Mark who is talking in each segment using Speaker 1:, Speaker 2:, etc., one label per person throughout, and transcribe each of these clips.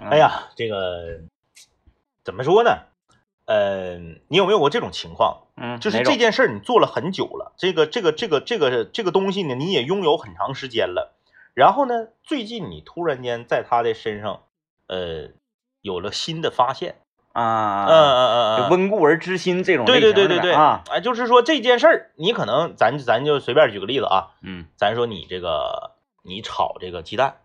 Speaker 1: 哎呀，
Speaker 2: 啊
Speaker 1: 这个怎么说呢？呃，你有没有过这种情况？
Speaker 2: 嗯，
Speaker 1: 就是
Speaker 2: 哪种
Speaker 1: 这件事儿你做了很久了，这个这个这个这个这个东西呢，你也拥有很长时间了。然后呢，最近你突然间在他的身上，呃，有了新的发现。嗯
Speaker 2: 啊，
Speaker 1: 嗯
Speaker 2: 就
Speaker 1: 嗯嗯，
Speaker 2: 温故而知新这种
Speaker 1: 对
Speaker 2: 类
Speaker 1: 对
Speaker 2: 型
Speaker 1: 对
Speaker 2: 的
Speaker 1: 对对
Speaker 2: 啊，
Speaker 1: 哎，就是说这件事儿，你可能咱咱就随便举个例子啊，
Speaker 2: 嗯
Speaker 1: 咱说你这个你炒这个鸡蛋，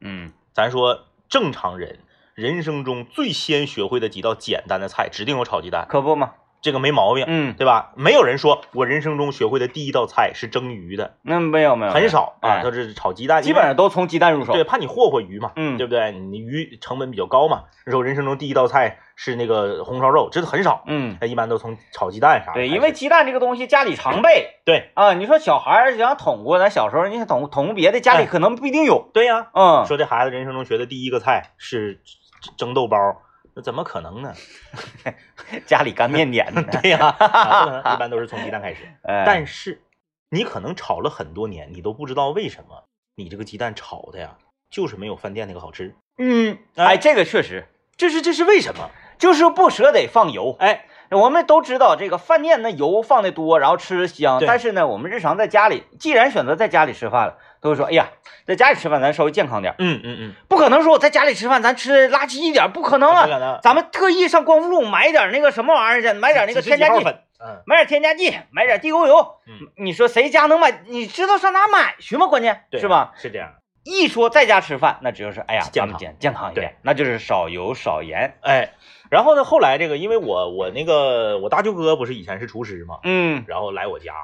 Speaker 2: 嗯
Speaker 1: 咱说正常人人生中最先学会的几道简单的菜，指定有炒鸡蛋，
Speaker 2: 可不嘛，
Speaker 1: 这个没毛病，
Speaker 2: 嗯，
Speaker 1: 对吧？没有人说我人生中学会的第一道菜是蒸鱼的，
Speaker 2: 那没有没有，
Speaker 1: 很少啊，
Speaker 2: 哎
Speaker 1: 都是炒鸡蛋，
Speaker 2: 基本上都从鸡蛋入手，
Speaker 1: 对，怕你霍霍鱼嘛，
Speaker 2: 嗯
Speaker 1: 对不对？你鱼成本比较高嘛，那时候人生中第一道菜是那个红烧肉，这都很少，
Speaker 2: 嗯，
Speaker 1: 一般都从炒鸡蛋啥的开
Speaker 2: 对，
Speaker 1: 始。
Speaker 2: 因为鸡蛋这个东西家里常备
Speaker 1: 对
Speaker 2: 啊，你说小孩儿想捅过，咱小时候你想捅捅过别的，家里
Speaker 1: 哎
Speaker 2: 可能不一定有，
Speaker 1: 对呀、
Speaker 2: 嗯，
Speaker 1: 说这孩子人生中学的第一个菜是蒸豆包，那怎么可能呢？
Speaker 2: 家里干面点 呢，
Speaker 1: 对呀、啊不 可能一般都是从鸡蛋开始。
Speaker 2: 哎
Speaker 1: 但是你可能炒了很多年，你都不知道为什么你这个鸡蛋炒的呀，就是没有饭店那个好吃。
Speaker 2: 嗯，
Speaker 1: 哎
Speaker 2: 哎，这个确实
Speaker 1: 这是这是为什么？
Speaker 2: 就是不舍得放油，
Speaker 1: 哎，
Speaker 2: 我们都知道这个饭店那油放的多，然后吃着香。
Speaker 1: 对
Speaker 2: 但是呢，我们日常在家里，既然选择在家里吃饭了，都会说，哎呀，在家里吃饭咱稍微健康点儿，
Speaker 1: 嗯嗯嗯，
Speaker 2: 不可能说我在家里吃饭咱吃垃圾一点儿，不可能
Speaker 1: 不
Speaker 2: 啊！
Speaker 1: 可能，
Speaker 2: 咱们特意上光复路买点儿那个什么玩意儿去，买点儿那个
Speaker 1: 几十
Speaker 2: 添
Speaker 1: 几
Speaker 2: 加
Speaker 1: 号
Speaker 2: 剂，
Speaker 1: 粉，嗯，
Speaker 2: 买点儿添加剂，买点儿地沟油。
Speaker 1: 嗯
Speaker 2: 你说谁家能买？你知道上哪买去吗？关键
Speaker 1: 对，啊
Speaker 2: 是吧？？
Speaker 1: 是这样。
Speaker 2: 一说在家吃饭，那只有是哎呀，
Speaker 1: 健
Speaker 2: 咱们
Speaker 1: 康
Speaker 2: 健健康一点，那就是少油少盐。
Speaker 1: 哎，然后呢，后来这个，因为我我那个我大舅哥不是以前是厨师嘛，
Speaker 2: 嗯
Speaker 1: 然后来我家，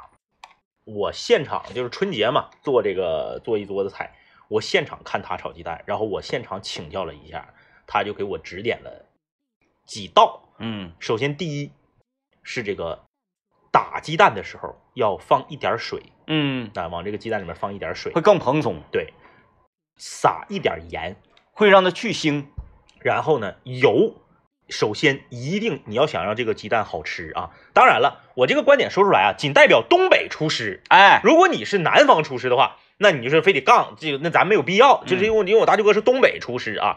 Speaker 1: 我现场就是春节嘛，做这个做一桌子菜，我现场看他炒鸡蛋，然后我现场请教了一下，他就给我指点了几道。
Speaker 2: 嗯，
Speaker 1: 首先第一是这个打鸡蛋的时候要放一点水，
Speaker 2: 嗯，
Speaker 1: 啊，往这个鸡蛋里面放一点水
Speaker 2: 会，更蓬松，
Speaker 1: 对，撒一点盐，
Speaker 2: 会让它去腥。
Speaker 1: 然后呢，油，首先一定你要想让这个鸡蛋好吃啊。当然了，我这个观点说出来啊，仅代表东北厨师。
Speaker 2: 哎，
Speaker 1: 如果你是南方厨师的话，那你就是非得杠，这个那咱没有必
Speaker 2: 嗯
Speaker 1: 要。就是因为因为我大舅哥是东北厨师啊，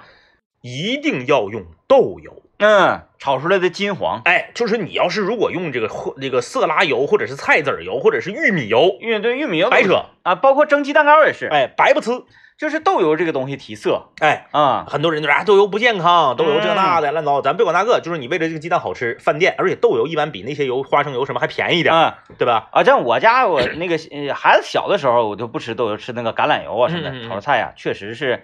Speaker 1: 一定要用豆油。
Speaker 2: 嗯，炒出来的金黄，
Speaker 1: 哎，就是你要是如果用这个或这个色拉油，或者是菜籽儿油，或者是玉米油，
Speaker 2: 玉对玉米油
Speaker 1: 白扯，
Speaker 2: 啊，包括蒸鸡蛋糕也是，
Speaker 1: 哎，白不呲。
Speaker 2: 就是豆油这个东西提色
Speaker 1: 哎，
Speaker 2: 啊，
Speaker 1: 很多人就说啊，豆油不
Speaker 2: 嗯
Speaker 1: 健康，豆油这那的乱糟，咱别管那个，就是你为了这个鸡蛋好吃，饭店，而且豆油一般比那些油、花生油什么还便宜一点，
Speaker 2: 啊
Speaker 1: 对吧？
Speaker 2: 啊，像我家我那个呃孩子小的时候，我就不吃豆油，吃那个橄榄油啊什么
Speaker 1: 嗯嗯
Speaker 2: 的，
Speaker 1: 嗯
Speaker 2: 炒菜呀、确实是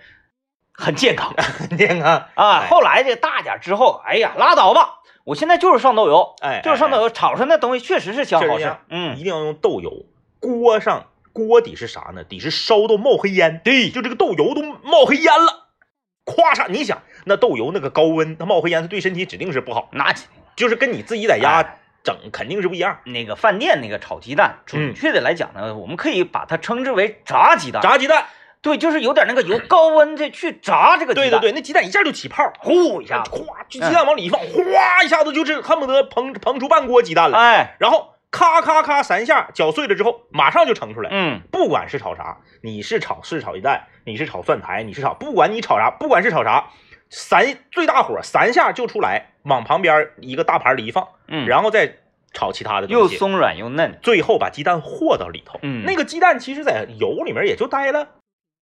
Speaker 2: 很健 康
Speaker 1: 健康，
Speaker 2: 啊。
Speaker 1: 哎
Speaker 2: 后来这大点之后，哎呀，拉倒吧，我现在就是上豆油，
Speaker 1: 哎，
Speaker 2: 就是上
Speaker 1: 哎
Speaker 2: 豆油炒出来那东西确实是香
Speaker 1: 确实
Speaker 2: 好吃
Speaker 1: 香，
Speaker 2: 嗯
Speaker 1: 一定要用豆油，锅上锅底是啥呢？底是烧到冒黑烟，对，就这个豆油都冒黑烟了，咵嚓！你想那豆油那个高温，它冒黑烟，它对身体指定是不好，
Speaker 2: 拿起
Speaker 1: 就是跟你自己在家
Speaker 2: 哎
Speaker 1: 整肯定是不一样。
Speaker 2: 那个饭店那个炒鸡蛋，准
Speaker 1: 嗯
Speaker 2: 确的来讲呢，我们可以把它称之为炸鸡蛋。
Speaker 1: 炸鸡蛋，
Speaker 2: 对，就是有点那个油高温的去炸这个鸡
Speaker 1: 对
Speaker 2: 蛋。
Speaker 1: 对对，那鸡蛋一下就起泡，呼一
Speaker 2: 下子
Speaker 1: 咵，
Speaker 2: 嗯
Speaker 1: 就鸡蛋往里一放，哗一下子就是恨不得膨膨出半锅鸡蛋来，
Speaker 2: 哎，
Speaker 1: 然后咔咔咔三下搅碎了之后，马上就盛出来。
Speaker 2: 嗯
Speaker 1: 不管是炒啥，你是炒是炒鸡蛋，你是炒蒜苔，你是炒，不管你炒啥，不管是炒啥，三最大火三下就出来，往旁边一个大盘里一放，
Speaker 2: 嗯，
Speaker 1: 然后再炒其他的
Speaker 2: 又
Speaker 1: 东西，
Speaker 2: 松软又嫩。
Speaker 1: 最后把鸡蛋和到里头。
Speaker 2: 嗯
Speaker 1: 那个鸡蛋其实在油里面也就待了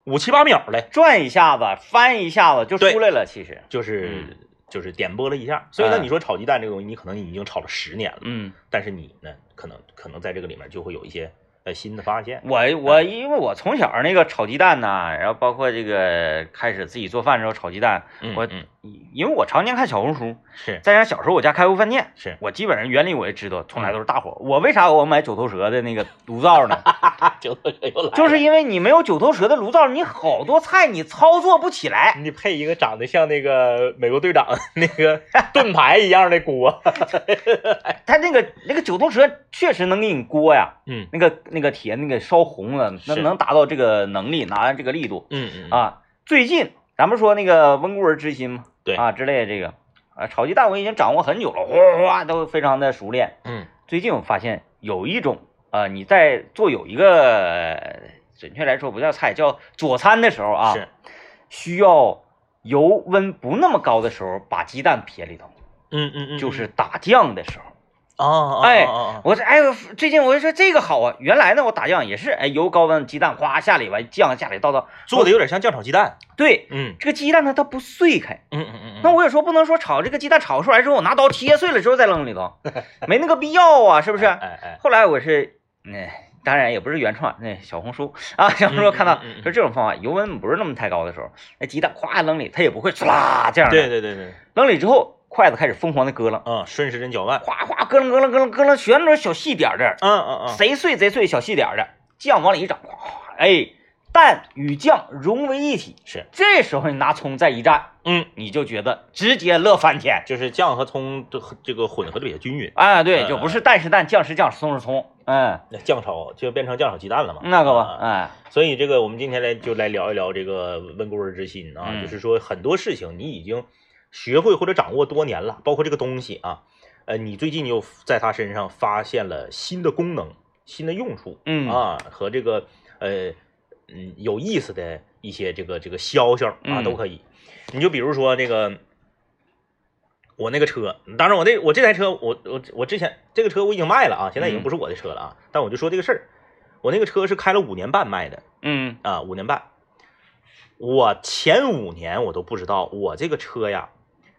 Speaker 1: 五七八秒嘞，
Speaker 2: 转一下子，翻一下子就
Speaker 1: 对
Speaker 2: 出来了。其实，
Speaker 1: 就是、
Speaker 2: 嗯
Speaker 1: 就是点拨了一下。所以呢，
Speaker 2: 嗯
Speaker 1: 你说炒鸡蛋这个东西，你可能已经炒了十年了，
Speaker 2: 嗯，
Speaker 1: 但是你呢，可能可能在这个里面就会有一些呃新的发现。
Speaker 2: 我我因为我从小那个炒鸡蛋呐，然后包括这个开始自己做饭之后炒鸡蛋，
Speaker 1: 嗯
Speaker 2: 我
Speaker 1: 嗯
Speaker 2: 因为我常年看小红书，
Speaker 1: 是
Speaker 2: 再加上小时候我家开过饭店，
Speaker 1: 是
Speaker 2: 我基本上原理我也知道，从来都是大火。我为啥我买九头蛇的那个炉灶呢？
Speaker 1: 啊，就又来
Speaker 2: 就是因为你没有九头蛇的炉灶，你好多菜你操作不起来。
Speaker 1: 你配一个长得像那个美国队长那个盾牌一样的锅，
Speaker 2: 它那个那个九头蛇确实能给你锅呀，
Speaker 1: 嗯
Speaker 2: 那个那个铁那个烧红了，那
Speaker 1: 是
Speaker 2: 能达到这个能力，拿这个力度
Speaker 1: 嗯嗯啊，
Speaker 2: 啊。最近咱们说那个温故而知新嘛，
Speaker 1: 对
Speaker 2: 啊之类的这个啊，炒鸡蛋我已经掌握很久了，哗哗哗都非常的熟练。
Speaker 1: 嗯
Speaker 2: 最近我发现有一种啊、呃你在做有一个呃准确来说不叫菜，叫佐餐的时候啊，
Speaker 1: 是
Speaker 2: 啊需要油温不那么高的时候，把鸡蛋撇里头，
Speaker 1: 嗯嗯嗯，
Speaker 2: 就是打酱的时候。
Speaker 1: 啊啊，
Speaker 2: 哎
Speaker 1: 啊
Speaker 2: 我说，哎，我最近我就说这个好啊。原来呢，我打酱也是，哎，油高温，鸡蛋哗下里完，酱下里倒倒。
Speaker 1: 做的有点像酱炒鸡蛋，
Speaker 2: 对，
Speaker 1: 嗯
Speaker 2: 这个鸡蛋呢，它不碎开。
Speaker 1: 嗯嗯嗯，
Speaker 2: 那我有时候不能说炒这个鸡蛋炒出来之后，我拿刀切碎了之后再扔里 头，没那个必要啊，是不
Speaker 1: 不
Speaker 2: 是？
Speaker 1: 哎哎，
Speaker 2: 后来我是，嗯，当然也不是原创，那小红书啊，小红书看到
Speaker 1: 嗯嗯嗯嗯
Speaker 2: 说这种方法，油温不是那么太高的时候，那鸡蛋咵扔里，它也不会唰啦这样的，
Speaker 1: 对对对对，
Speaker 2: 扔里之后，筷子开始疯狂的咯楞，
Speaker 1: 嗯，顺时针搅拌，
Speaker 2: 哗哗咯楞咯楞咯楞咯楞，全都是小细点儿的，
Speaker 1: 嗯嗯
Speaker 2: 贼碎贼碎小细点儿的，酱往里一整，哗哗，哎，蛋与酱融为一体，
Speaker 1: 是，
Speaker 2: 这时候你拿葱再一蘸，
Speaker 1: 嗯嗯，
Speaker 2: 你就觉得直接乐翻天，
Speaker 1: 就是酱和葱这这个混合的比较均匀，
Speaker 2: 啊，
Speaker 1: 嗯
Speaker 2: 对，就不是蛋是蛋，酱是酱，葱是葱，嗯，
Speaker 1: 那酱炒就变成酱炒鸡蛋了嘛，
Speaker 2: 那个吧
Speaker 1: 啊，
Speaker 2: 哎，
Speaker 1: 所以这个我们今天来就来聊一聊这个温故而知新啊，
Speaker 2: 嗯
Speaker 1: 就是说很多事情你已经学会或者掌握多年了，包括这个东西啊，呃，你最近又在它身上发现了新的功能、新的用处
Speaker 2: 嗯
Speaker 1: 啊，和这个呃嗯有意思的一些这个这个消消啊
Speaker 2: 嗯
Speaker 1: 都可以。你就比如说这个。我那个车，当然我那我这台车，我我我之前这个车我已经卖了啊，现在已经
Speaker 2: 嗯
Speaker 1: 不是我的车了啊。但我就说这个事儿，我那个车是开了五年半卖的，
Speaker 2: 嗯
Speaker 1: 啊，五年半。我前五年我都不知道，我这个车呀，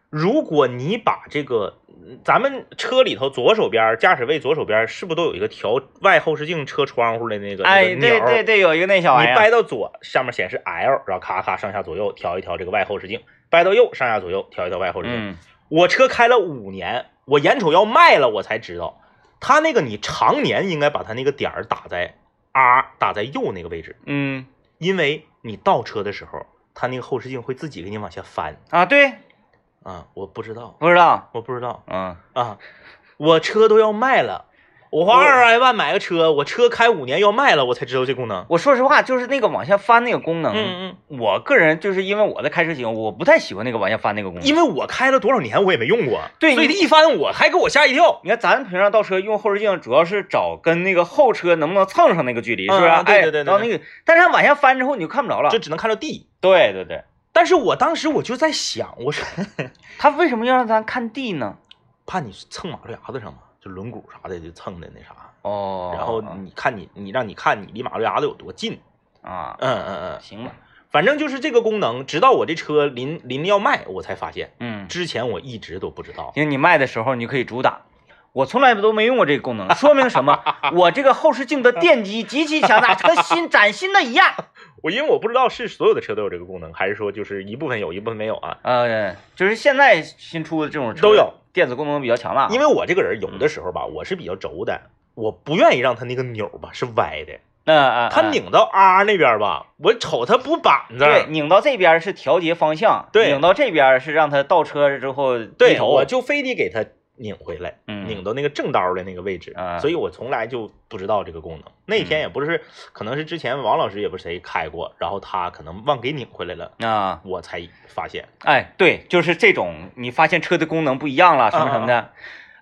Speaker 1: 如果你把这个嗯咱们车里头左手边儿驾驶位左手边儿是不是都有一个调外后视镜车窗户的那个那
Speaker 2: 哎，
Speaker 1: 个钮
Speaker 2: 对
Speaker 1: 儿？
Speaker 2: 对对，有一个那小玩意
Speaker 1: 你
Speaker 2: 儿，
Speaker 1: 掰到左上面显示 L，然后咔咔上下左右调一调这个外后视镜，掰到右上下左右调一调外后视镜。
Speaker 2: 嗯，
Speaker 1: 我车开了五年，我眼瞅要卖了，我才知道，它那个你常年应该把它那个点儿打在 R 打在右那个位置。
Speaker 2: 嗯
Speaker 1: 因为你倒车的时候，它那个后视镜会自己给你往下翻
Speaker 2: 啊，对，
Speaker 1: 啊！我不知道，
Speaker 2: 不知道，
Speaker 1: 我不知道
Speaker 2: 嗯，
Speaker 1: 啊！我车都要卖了，我花二十来万买个车，我车开五年要卖了，我才知道这功能。
Speaker 2: 我说实话，就是那个往下翻那个功能，
Speaker 1: 嗯
Speaker 2: 我个人就是因为我的开车型，我不太喜欢那个往下翻那个功
Speaker 1: 嗯，
Speaker 2: 能。
Speaker 1: 因为我开了多少年我也没用过，
Speaker 2: 对
Speaker 1: 所以
Speaker 2: 你
Speaker 1: 一翻我还给我吓一跳。
Speaker 2: 你看咱平常倒车用后视镜，主要是找跟那个后车能不能蹭上那个距离，是不是？
Speaker 1: 嗯嗯对对对对
Speaker 2: 哎，然后那个，但是它往下翻之后你就看不着了
Speaker 1: 就。只能看到地，
Speaker 2: 对对对，
Speaker 1: 但是我当时我就在想， 我说
Speaker 2: 它为什么要让咱看地呢？
Speaker 1: 怕你蹭马路牙子上嘛，就轮毂啥的就蹭的那啥，
Speaker 2: 哦，
Speaker 1: 然后你看你你让你看你离马路牙子有多近，
Speaker 2: 啊，
Speaker 1: 嗯嗯嗯，
Speaker 2: 行吧，
Speaker 1: 反正就是这个功能，直到我这车临临要卖，我才发现，
Speaker 2: 嗯，
Speaker 1: 之前我一直都不知道。
Speaker 2: 因为你卖的时候你可以主打。我从来都没用过这个功能，说明什么？我这个后视镜的电机极其强大，和新崭新的一 样。
Speaker 1: 我因为我不知道是所有的车都有这个功能，还是说就是一部分有一部分没有啊？
Speaker 2: 呃，就是现在新出的这种车
Speaker 1: 都有
Speaker 2: 电子功能比较强了，
Speaker 1: 因为我这个人有的时候吧，我是比较轴的，我不愿意让它那个钮儿吧是歪的，
Speaker 2: 那啊，
Speaker 1: 它
Speaker 2: 呃
Speaker 1: 拧到 R 那边吧，我瞅它不板正。
Speaker 2: 对，拧到这边是调节方向，
Speaker 1: 对
Speaker 2: 拧到这边是让它倒车之后低
Speaker 1: 对，
Speaker 2: 头
Speaker 1: 我，就非得给它拧回来，
Speaker 2: 嗯
Speaker 1: 拧到那个正刀的那个位置，
Speaker 2: 啊
Speaker 1: 所以我从来就不知道这个功能。那天也不是，可能是之前王老师也不是谁开过，然后他可能忘给拧回来了。
Speaker 2: 啊，
Speaker 1: 我才发现。
Speaker 2: 哎，对，就是这种，你发现车的功能不一样了，什么什么
Speaker 1: 啊
Speaker 2: 的，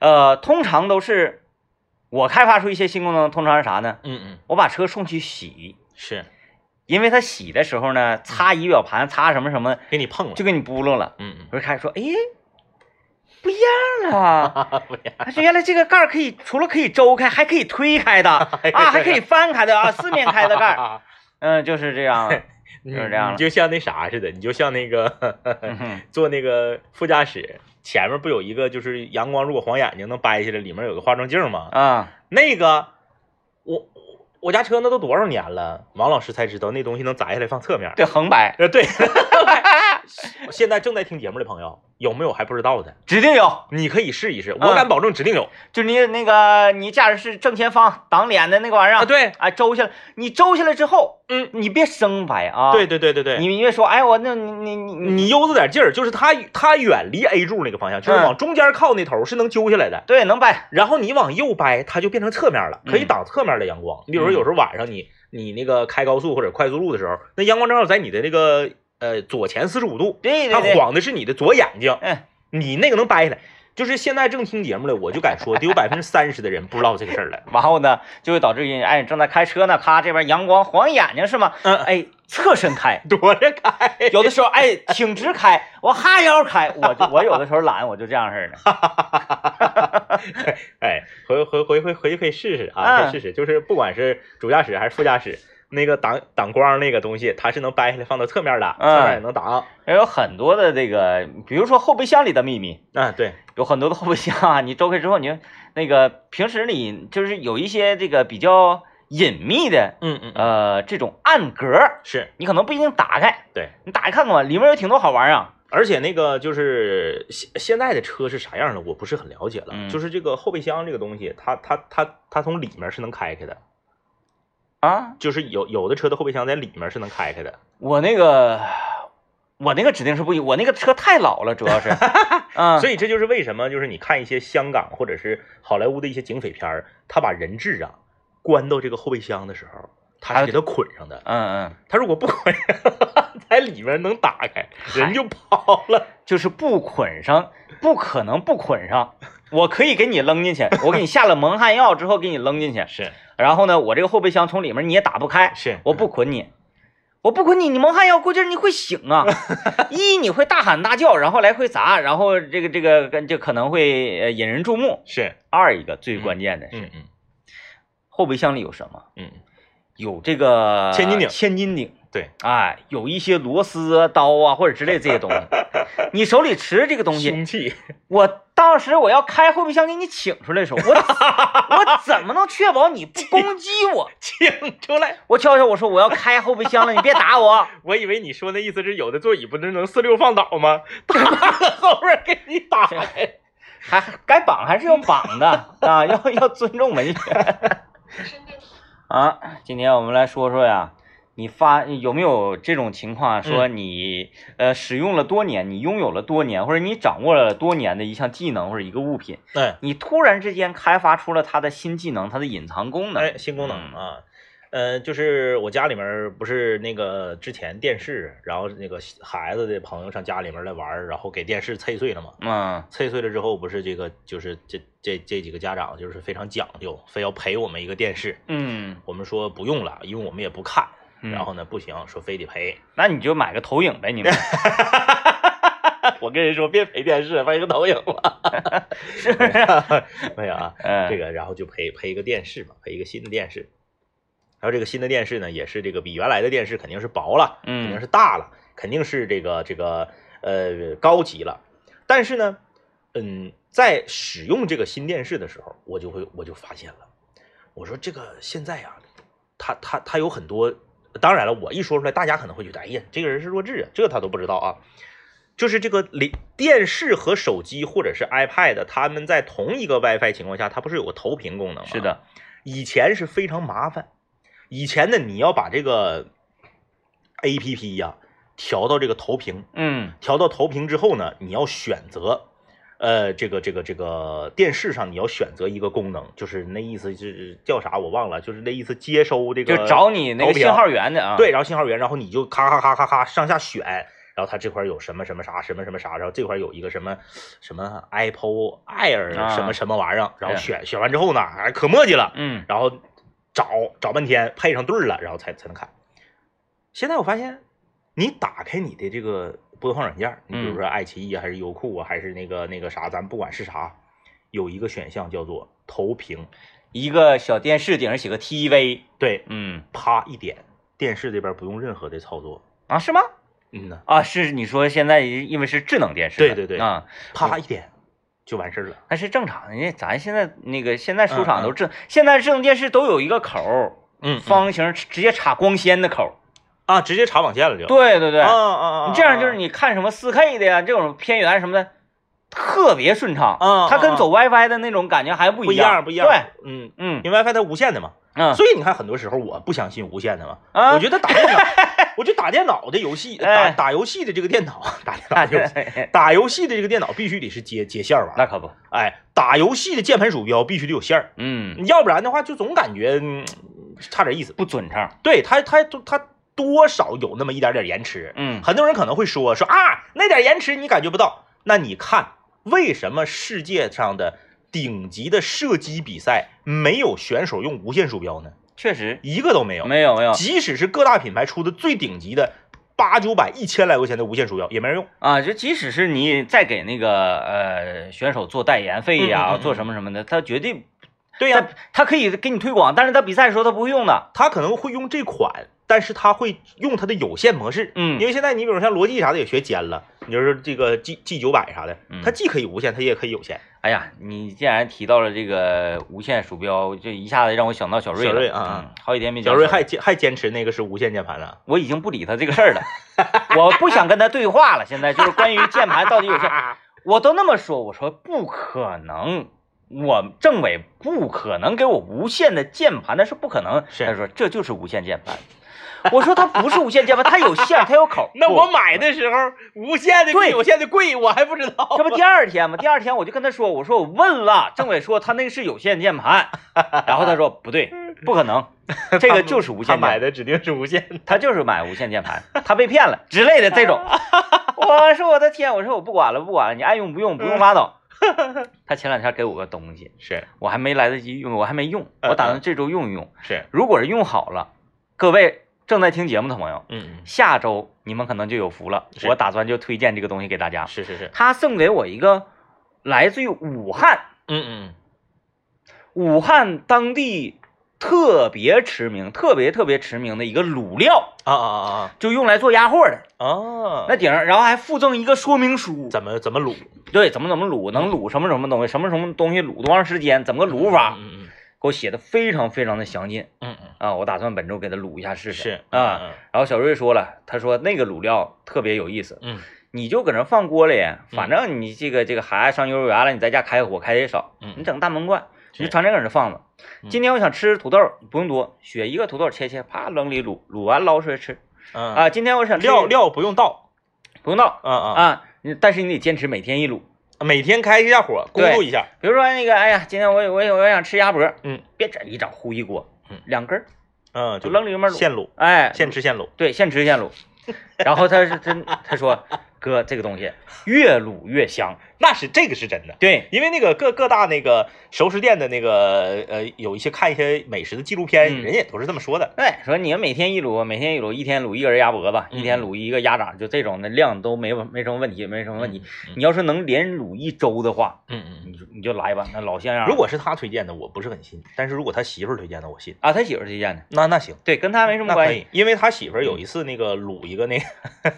Speaker 2: 呃，通常都是我开发出一些新功能，通常是啥呢？
Speaker 1: 嗯嗯，
Speaker 2: 我把车送去洗，
Speaker 1: 是
Speaker 2: 因为它洗的时候呢，擦仪表盘，擦什么什么，
Speaker 1: 给你碰了。
Speaker 2: 就给你拨弄了。
Speaker 1: 嗯
Speaker 2: 我就开始说，哎，不一样了。
Speaker 1: 嗯， 不然
Speaker 2: 啊，这原来这个盖儿可以除了可以周开，还可以推开的
Speaker 1: 哎
Speaker 2: 啊，还可以翻开的啊，四面开的盖儿，
Speaker 1: 啊，
Speaker 2: 嗯，就是这样了。
Speaker 1: 你
Speaker 2: 就是这样了
Speaker 1: 你就像那啥似的，你就像那
Speaker 2: 嗯
Speaker 1: 个
Speaker 2: 哼，
Speaker 1: 坐那个副驾驶前面不有一个就是阳光如果晃眼睛能掰下来，里面有个化妆镜吗？
Speaker 2: 啊，
Speaker 1: 那个我我家车那都多少年了，王老师才知道那东西能摘下来放侧面。
Speaker 2: 对，横摆，
Speaker 1: 呃， 对，现在正在听节目的朋友，有没有还不知道的？
Speaker 2: 指定有，
Speaker 1: 你可以试一试，
Speaker 2: 嗯
Speaker 1: 我敢保证指定有
Speaker 2: 就你那个你驾驶室正前方挡脸的那个玩意儿，
Speaker 1: 对，
Speaker 2: 啊，周下来，你周下来之后，
Speaker 1: 嗯，
Speaker 2: 你别生掰啊，
Speaker 1: 对，对对对对，
Speaker 2: 你你别说，哎，我那你你你
Speaker 1: 你悠着点劲儿，就是它它远离 A 柱那个方向，就是
Speaker 2: 嗯
Speaker 1: 往中间靠那头是能揪下来的。
Speaker 2: 对能掰，
Speaker 1: 然后你往右掰，它就变成侧面了，可以
Speaker 2: 嗯
Speaker 1: 挡侧面的阳光。你比如说
Speaker 2: 嗯
Speaker 1: 有时候晚上你你那个开高速或者快速路的时候，那阳光正好在你的那个呃左前四十五度，
Speaker 2: 对
Speaker 1: 它
Speaker 2: 对对，
Speaker 1: 晃的是你的左眼睛，
Speaker 2: 嗯，
Speaker 1: 你那个能掰下来。就是现在正听节目的，我就敢说，得有百分之三十的人不知道这个事儿了。
Speaker 2: 然后呢，就会导致人哎正在开车呢，咔这边阳光晃眼睛是吗？
Speaker 1: 嗯
Speaker 2: 哎，侧身开，
Speaker 1: 躲着开，
Speaker 2: 有的时候哎挺直开，我哈腰开，我就我有的时候懒，我就这样式儿 的。
Speaker 1: 哎，回回回回回去可以试试啊，可以
Speaker 2: 嗯
Speaker 1: 试试，就是不管是主驾驶还是副驾驶，那个挡挡光那个东西，它是能掰下来放到侧面的，
Speaker 2: 嗯
Speaker 1: 侧面也能挡。
Speaker 2: 也有很多的这个，比如说后备箱里的秘密，
Speaker 1: 啊，对，
Speaker 2: 有很多的后备箱啊，你周开之后，你就那个平时你就是有一些这个比较隐秘的，
Speaker 1: 嗯嗯，
Speaker 2: 呃，这种暗格，
Speaker 1: 是
Speaker 2: 你可能不一定打开，
Speaker 1: 对。
Speaker 2: 你打开看看吧，里面有挺多好玩儿啊。
Speaker 1: 而且那个就是现现在的车是啥样的，我不是很了解了。
Speaker 2: 嗯
Speaker 1: 就是这个后备箱这个东西，它它它它从里面是能开开的，
Speaker 2: 啊，
Speaker 1: 就是有有的车的后备箱在里面是能开开的。
Speaker 2: 我那个我那个指定是不一，我那个车太老了，主 要是，嗯，
Speaker 1: 所
Speaker 2: 以
Speaker 1: 以这就是为什么，就是你看一些香港或者是好莱坞的一些警匪片儿，他把人质啊关到这个后备箱的时候，他
Speaker 2: 啊
Speaker 1: 是给他捆上的。
Speaker 2: 嗯嗯，
Speaker 1: 他如果不捆上， 在里面能打开，人就跑了。
Speaker 2: 就是不捆上，不可能不捆上，我可以给你扔进去，我给你下了蒙汗药之后给你扔进去，
Speaker 1: 是
Speaker 2: 然后呢，我这个后备箱从里面你也打不开，
Speaker 1: 是
Speaker 2: 我不捆你，我不捆你，你蒙汗药过劲儿你会醒 啊，一你会大喊大叫，然后来回砸，然后这个这个就可能会呃引人注目。
Speaker 1: 嗯是，
Speaker 2: 二一个最关键的是、
Speaker 1: 嗯嗯
Speaker 2: 后备箱里有什么？
Speaker 1: 嗯，
Speaker 2: 有这个
Speaker 1: 千斤顶
Speaker 2: 千斤顶，
Speaker 1: 对，
Speaker 2: 哎，有一些螺丝啊、刀啊或者之类这些 东西，你手里持着这个东西，
Speaker 1: 凶器
Speaker 2: 我当时我要开后备箱给你请出来的时候，我 我怎么能确保你不攻击我？
Speaker 1: 请出来。
Speaker 2: 我悄悄我说我要开后备箱了，你别打我。
Speaker 1: 我以为你说那意思是有的座椅不是能四六放倒吗？他妈的后面给你打开，
Speaker 2: 还该绑还是要绑的啊，要要尊重文学。啊，今天我们来说说呀，你发有没有这种情况啊，说
Speaker 1: 嗯
Speaker 2: 你、呃使用了多年，你拥有了多年，或者你掌握了多年的一项技能或者一个物品，
Speaker 1: 哎
Speaker 2: 你突然之间开发出了它的新技能，它的隐藏功能。
Speaker 1: 哎，新功能
Speaker 2: 嗯
Speaker 1: 啊，呃，就是我家里面不是那个之前电视，然后那个孩子的朋友上家里面来玩儿，然后给电视拆碎了嘛，
Speaker 2: 嗯
Speaker 1: 拆碎了之后不是这个就是这这这几个家长就是非常讲究，非要赔我们一个电视，
Speaker 2: 嗯，
Speaker 1: 我们说不用了，因为我们也不看，然
Speaker 2: 然后
Speaker 1: 后呢不行，说非得赔，
Speaker 2: 那你就买个投影呗，你们
Speaker 1: 我跟人说别赔电视，拍个投影吧，
Speaker 2: 是不是？
Speaker 1: 没有啊。
Speaker 2: 嗯，
Speaker 1: 这个然后就赔赔一个电视嘛，赔一个新的电视。然后这个新的电视呢，也是这个比原来的电视肯定是薄了，肯定
Speaker 2: 嗯
Speaker 1: 是大了，肯定是这个这个呃高级了。但是呢，嗯，在使用这个新电视的时候，我就会我就发现了，我说这个现在啊，它它它有很多，当然了，我一说出来，大家可能会觉得，哎呀，这个人是弱智啊，这他都不知道啊。就是这个连电视和手机或者是 iPad，他们在同一个 WiFi 情况下，它不是有个投屏功能吗？
Speaker 2: 是，的，
Speaker 1: 以前是非常麻烦，以前呢你要把这个 APP 呀、调到这个投屏，
Speaker 2: 嗯
Speaker 1: 调到投屏之后呢，你要选择，呃，这个这个这个电视上你要选择一个功能，就是那意思就是叫啥我忘了，就是那意思接收这个
Speaker 2: 就找你那
Speaker 1: 投
Speaker 2: 个
Speaker 1: 屏
Speaker 2: 信号源的啊。
Speaker 1: 对，然后信号源，然后你就咔咔咔咔咔上下选，然后它这块有什么什么啥什么什么啥，然后这块有一个什么什么 Apple Air
Speaker 2: 啊
Speaker 1: 什么什么玩意儿，然
Speaker 2: 对
Speaker 1: 后选选完之后呢，哎可磨叽了，
Speaker 2: 嗯，
Speaker 1: 然后找找半天配上对儿了，然后才才能看。现在我发现，你打开你的这个播放软件儿，你比
Speaker 2: 嗯
Speaker 1: 如说爱奇艺啊还是优酷啊，还是那个那个啥，咱不管是啥，有一个选项叫做投屏，
Speaker 2: 一个小电视顶上写个 TV，
Speaker 1: 对，
Speaker 2: 嗯
Speaker 1: 啪一点，电视这边不用任何的操作，
Speaker 2: 啊是吗？
Speaker 1: 嗯呐。
Speaker 2: 啊是你说现在因为是智能电视
Speaker 1: 对
Speaker 2: 了，
Speaker 1: 对对
Speaker 2: 啊，
Speaker 1: 啪一点就完事儿了。
Speaker 2: 那是正常的，因为咱现在那个现在书
Speaker 1: 嗯
Speaker 2: 场
Speaker 1: 嗯
Speaker 2: 都智，现在智能电视都有一个口儿，
Speaker 1: 嗯
Speaker 2: 方形直接插光纤的口儿，
Speaker 1: 啊，直接插网线了就。
Speaker 2: 对对对
Speaker 1: 啊，啊啊！
Speaker 2: 你这样就是
Speaker 1: 你
Speaker 2: 你看什么 4K 的呀，这种偏远什么的，特别顺畅，
Speaker 1: 嗯嗯
Speaker 2: 它跟
Speaker 1: 嗯
Speaker 2: 走 WiFi 的那种感觉还不
Speaker 1: 不
Speaker 2: 一
Speaker 1: 样
Speaker 2: 样，
Speaker 1: 不一样。
Speaker 2: 对，，
Speaker 1: 嗯，
Speaker 2: 嗯
Speaker 1: 因为 WiFi 它无线的嘛，
Speaker 2: 嗯，
Speaker 1: 所以你看很多时候我不相信无线的嘛，
Speaker 2: 啊
Speaker 1: 我觉得打 电脑，我觉得打电脑的游戏，打
Speaker 2: 哎
Speaker 1: 打游戏的这个电脑，打电脑的游戏。打游戏的这个电脑必须得是接接线儿玩儿，
Speaker 2: 那可不，
Speaker 1: 哎，打游戏的键盘鼠标必须得有线儿，
Speaker 2: 嗯，
Speaker 1: 要不然的话就总感觉、嗯差点意思。
Speaker 2: 不准唱，
Speaker 1: 对它它它多少有那么一点点延迟，
Speaker 2: 嗯
Speaker 1: 很多人可能会说说啊，那点延迟你感觉不到，那你看为什么世界上的顶级的射击比赛没有选手用无线鼠标呢？
Speaker 2: 确实
Speaker 1: 一个都没有，
Speaker 2: 没有没有
Speaker 1: 即使是各大品牌出的最顶级的八九百、一千来块钱的无线鼠标，也没人用。
Speaker 2: 啊，就即使是你再给那个呃选手做代言费呀、
Speaker 1: 嗯嗯嗯
Speaker 2: 做什么什么的，他绝对
Speaker 1: 对呀、
Speaker 2: 他他可以给你推广，但是他比赛的时候他不会用的。
Speaker 1: 他可能会用这款，但是他会用它的有线模式。
Speaker 2: 嗯
Speaker 1: 因为现在你比如像罗技啥的也学尖了，你就是这个 G G 九百啥的
Speaker 2: 嗯，
Speaker 1: 它既可以无线，它也可以有线。
Speaker 2: 哎呀，你既然提到了这个无线鼠标，就一下子让我想到小瑞了。
Speaker 1: 小瑞啊
Speaker 2: 嗯，好几天没见
Speaker 1: 小瑞
Speaker 2: 小
Speaker 1: 还坚还坚持那个是无线键盘了，
Speaker 2: 我已经不理他这个事儿了， 我不想跟他对话了。现在就是关于键盘到底有
Speaker 1: 啊
Speaker 2: 线，啊我都那么说，我说不可能，我政委不可能给我无线的键盘，那是不可能。
Speaker 1: 是
Speaker 2: 他说这就是无线键盘，我说它不是无线键盘，它有线，它有 口。
Speaker 1: 买的时候无线的
Speaker 2: 对
Speaker 1: 线的贵，我还不知道啊
Speaker 2: 这不第二天吗？第二天我就跟他说，我说我问了，政委说他那个是有线键盘，然后他说不对，不可 能，这个就是无线
Speaker 1: 他
Speaker 2: 键
Speaker 1: 买
Speaker 2: 盘。
Speaker 1: 的指定是无线 的。
Speaker 2: 他就是买无线键盘，他被骗了之类的 这种。我说我的天，我说我不管了，不管了，你爱用不用，不用
Speaker 1: 嗯
Speaker 2: 拉 倒。他前两天给我个东西，
Speaker 1: 是
Speaker 2: 我还没来得及用，我还没用，
Speaker 1: 嗯
Speaker 2: 我打算这周用一用。
Speaker 1: 是，
Speaker 2: 如果是用好了，各位正在听节目的朋友，
Speaker 1: 嗯，
Speaker 2: 下周你们可能就有福了。
Speaker 1: 是
Speaker 2: 我打算就推荐这个东西给大家。
Speaker 1: 是是是，
Speaker 2: 他送给我一个来自于武汉，
Speaker 1: 嗯
Speaker 2: 武汉当地特别驰名、特别特别驰名的一个卤料，
Speaker 1: 嗯啊啊
Speaker 2: 就用来做鸭货的。
Speaker 1: 啊啊啊！
Speaker 2: 那顶上，然后还附赠一个说明书，
Speaker 1: 怎么怎么卤
Speaker 2: 对怎么怎么卤，能卤什么什么东西，什么什么东西卤多长时间，怎么个卤法，
Speaker 1: 嗯
Speaker 2: 给我写的非常非常的详尽
Speaker 1: 嗯嗯
Speaker 2: 啊！我打算本周给他卤一下试
Speaker 1: 嗯，
Speaker 2: 试。
Speaker 1: 是
Speaker 2: 啊，，然后小瑞说了，他说那个卤料特别有意思，
Speaker 1: 嗯
Speaker 2: 你就搁那放锅里，反正你这个这个孩子上幼儿园了，你在家开火开的也少，
Speaker 1: 嗯，
Speaker 2: 你整大闷罐，
Speaker 1: 是
Speaker 2: 你就常年搁那放着
Speaker 1: 嗯。
Speaker 2: 今天我想吃土豆，不用多，选一个土豆切切，啪扔里卤，卤完捞出来吃
Speaker 1: 啊
Speaker 2: 啊。今天我想吃
Speaker 1: 料料不用倒，
Speaker 2: 不用倒
Speaker 1: 啊啊
Speaker 2: 啊，你但是你得坚持每天一卤。
Speaker 1: 啊，每天开一下火，咕噜一下，
Speaker 2: 比如说那个，哎呀，今天我我我想吃鸭脖，
Speaker 1: 嗯，
Speaker 2: 别整一整糊一锅，
Speaker 1: 嗯，
Speaker 2: 两根儿，
Speaker 1: 嗯，
Speaker 2: 就扔里面卤，
Speaker 1: 现卤，
Speaker 2: 哎，
Speaker 1: 现吃现卤，
Speaker 2: 对，现吃现卤。然后他是 真，他说哥，这个东西越卤越香。
Speaker 1: 那是这个是真的。
Speaker 2: 对，
Speaker 1: 因为那个各各大那个熟食店的那个呃，有一些看一些美食的纪录片，
Speaker 2: 嗯
Speaker 1: 人也都是这么说的。
Speaker 2: 哎，说你们每天一卤，每天一卤，一天卤一根鸭脖子，
Speaker 1: 嗯
Speaker 2: 一天卤一个鸭掌，就这种的量都没问没什么问题，没什么问题。你要是能连卤一周的话，
Speaker 1: 嗯嗯
Speaker 2: 你就你就来吧，那老像样了。
Speaker 1: 如果是他推荐的，我不是很信；但是如果他媳妇儿推荐的，我信。
Speaker 2: 啊，他媳妇儿推荐的，
Speaker 1: 那那行，
Speaker 2: 对，跟他没什么
Speaker 1: 那可
Speaker 2: 关系。
Speaker 1: 以，因为他媳妇儿有一次那个卤一个那个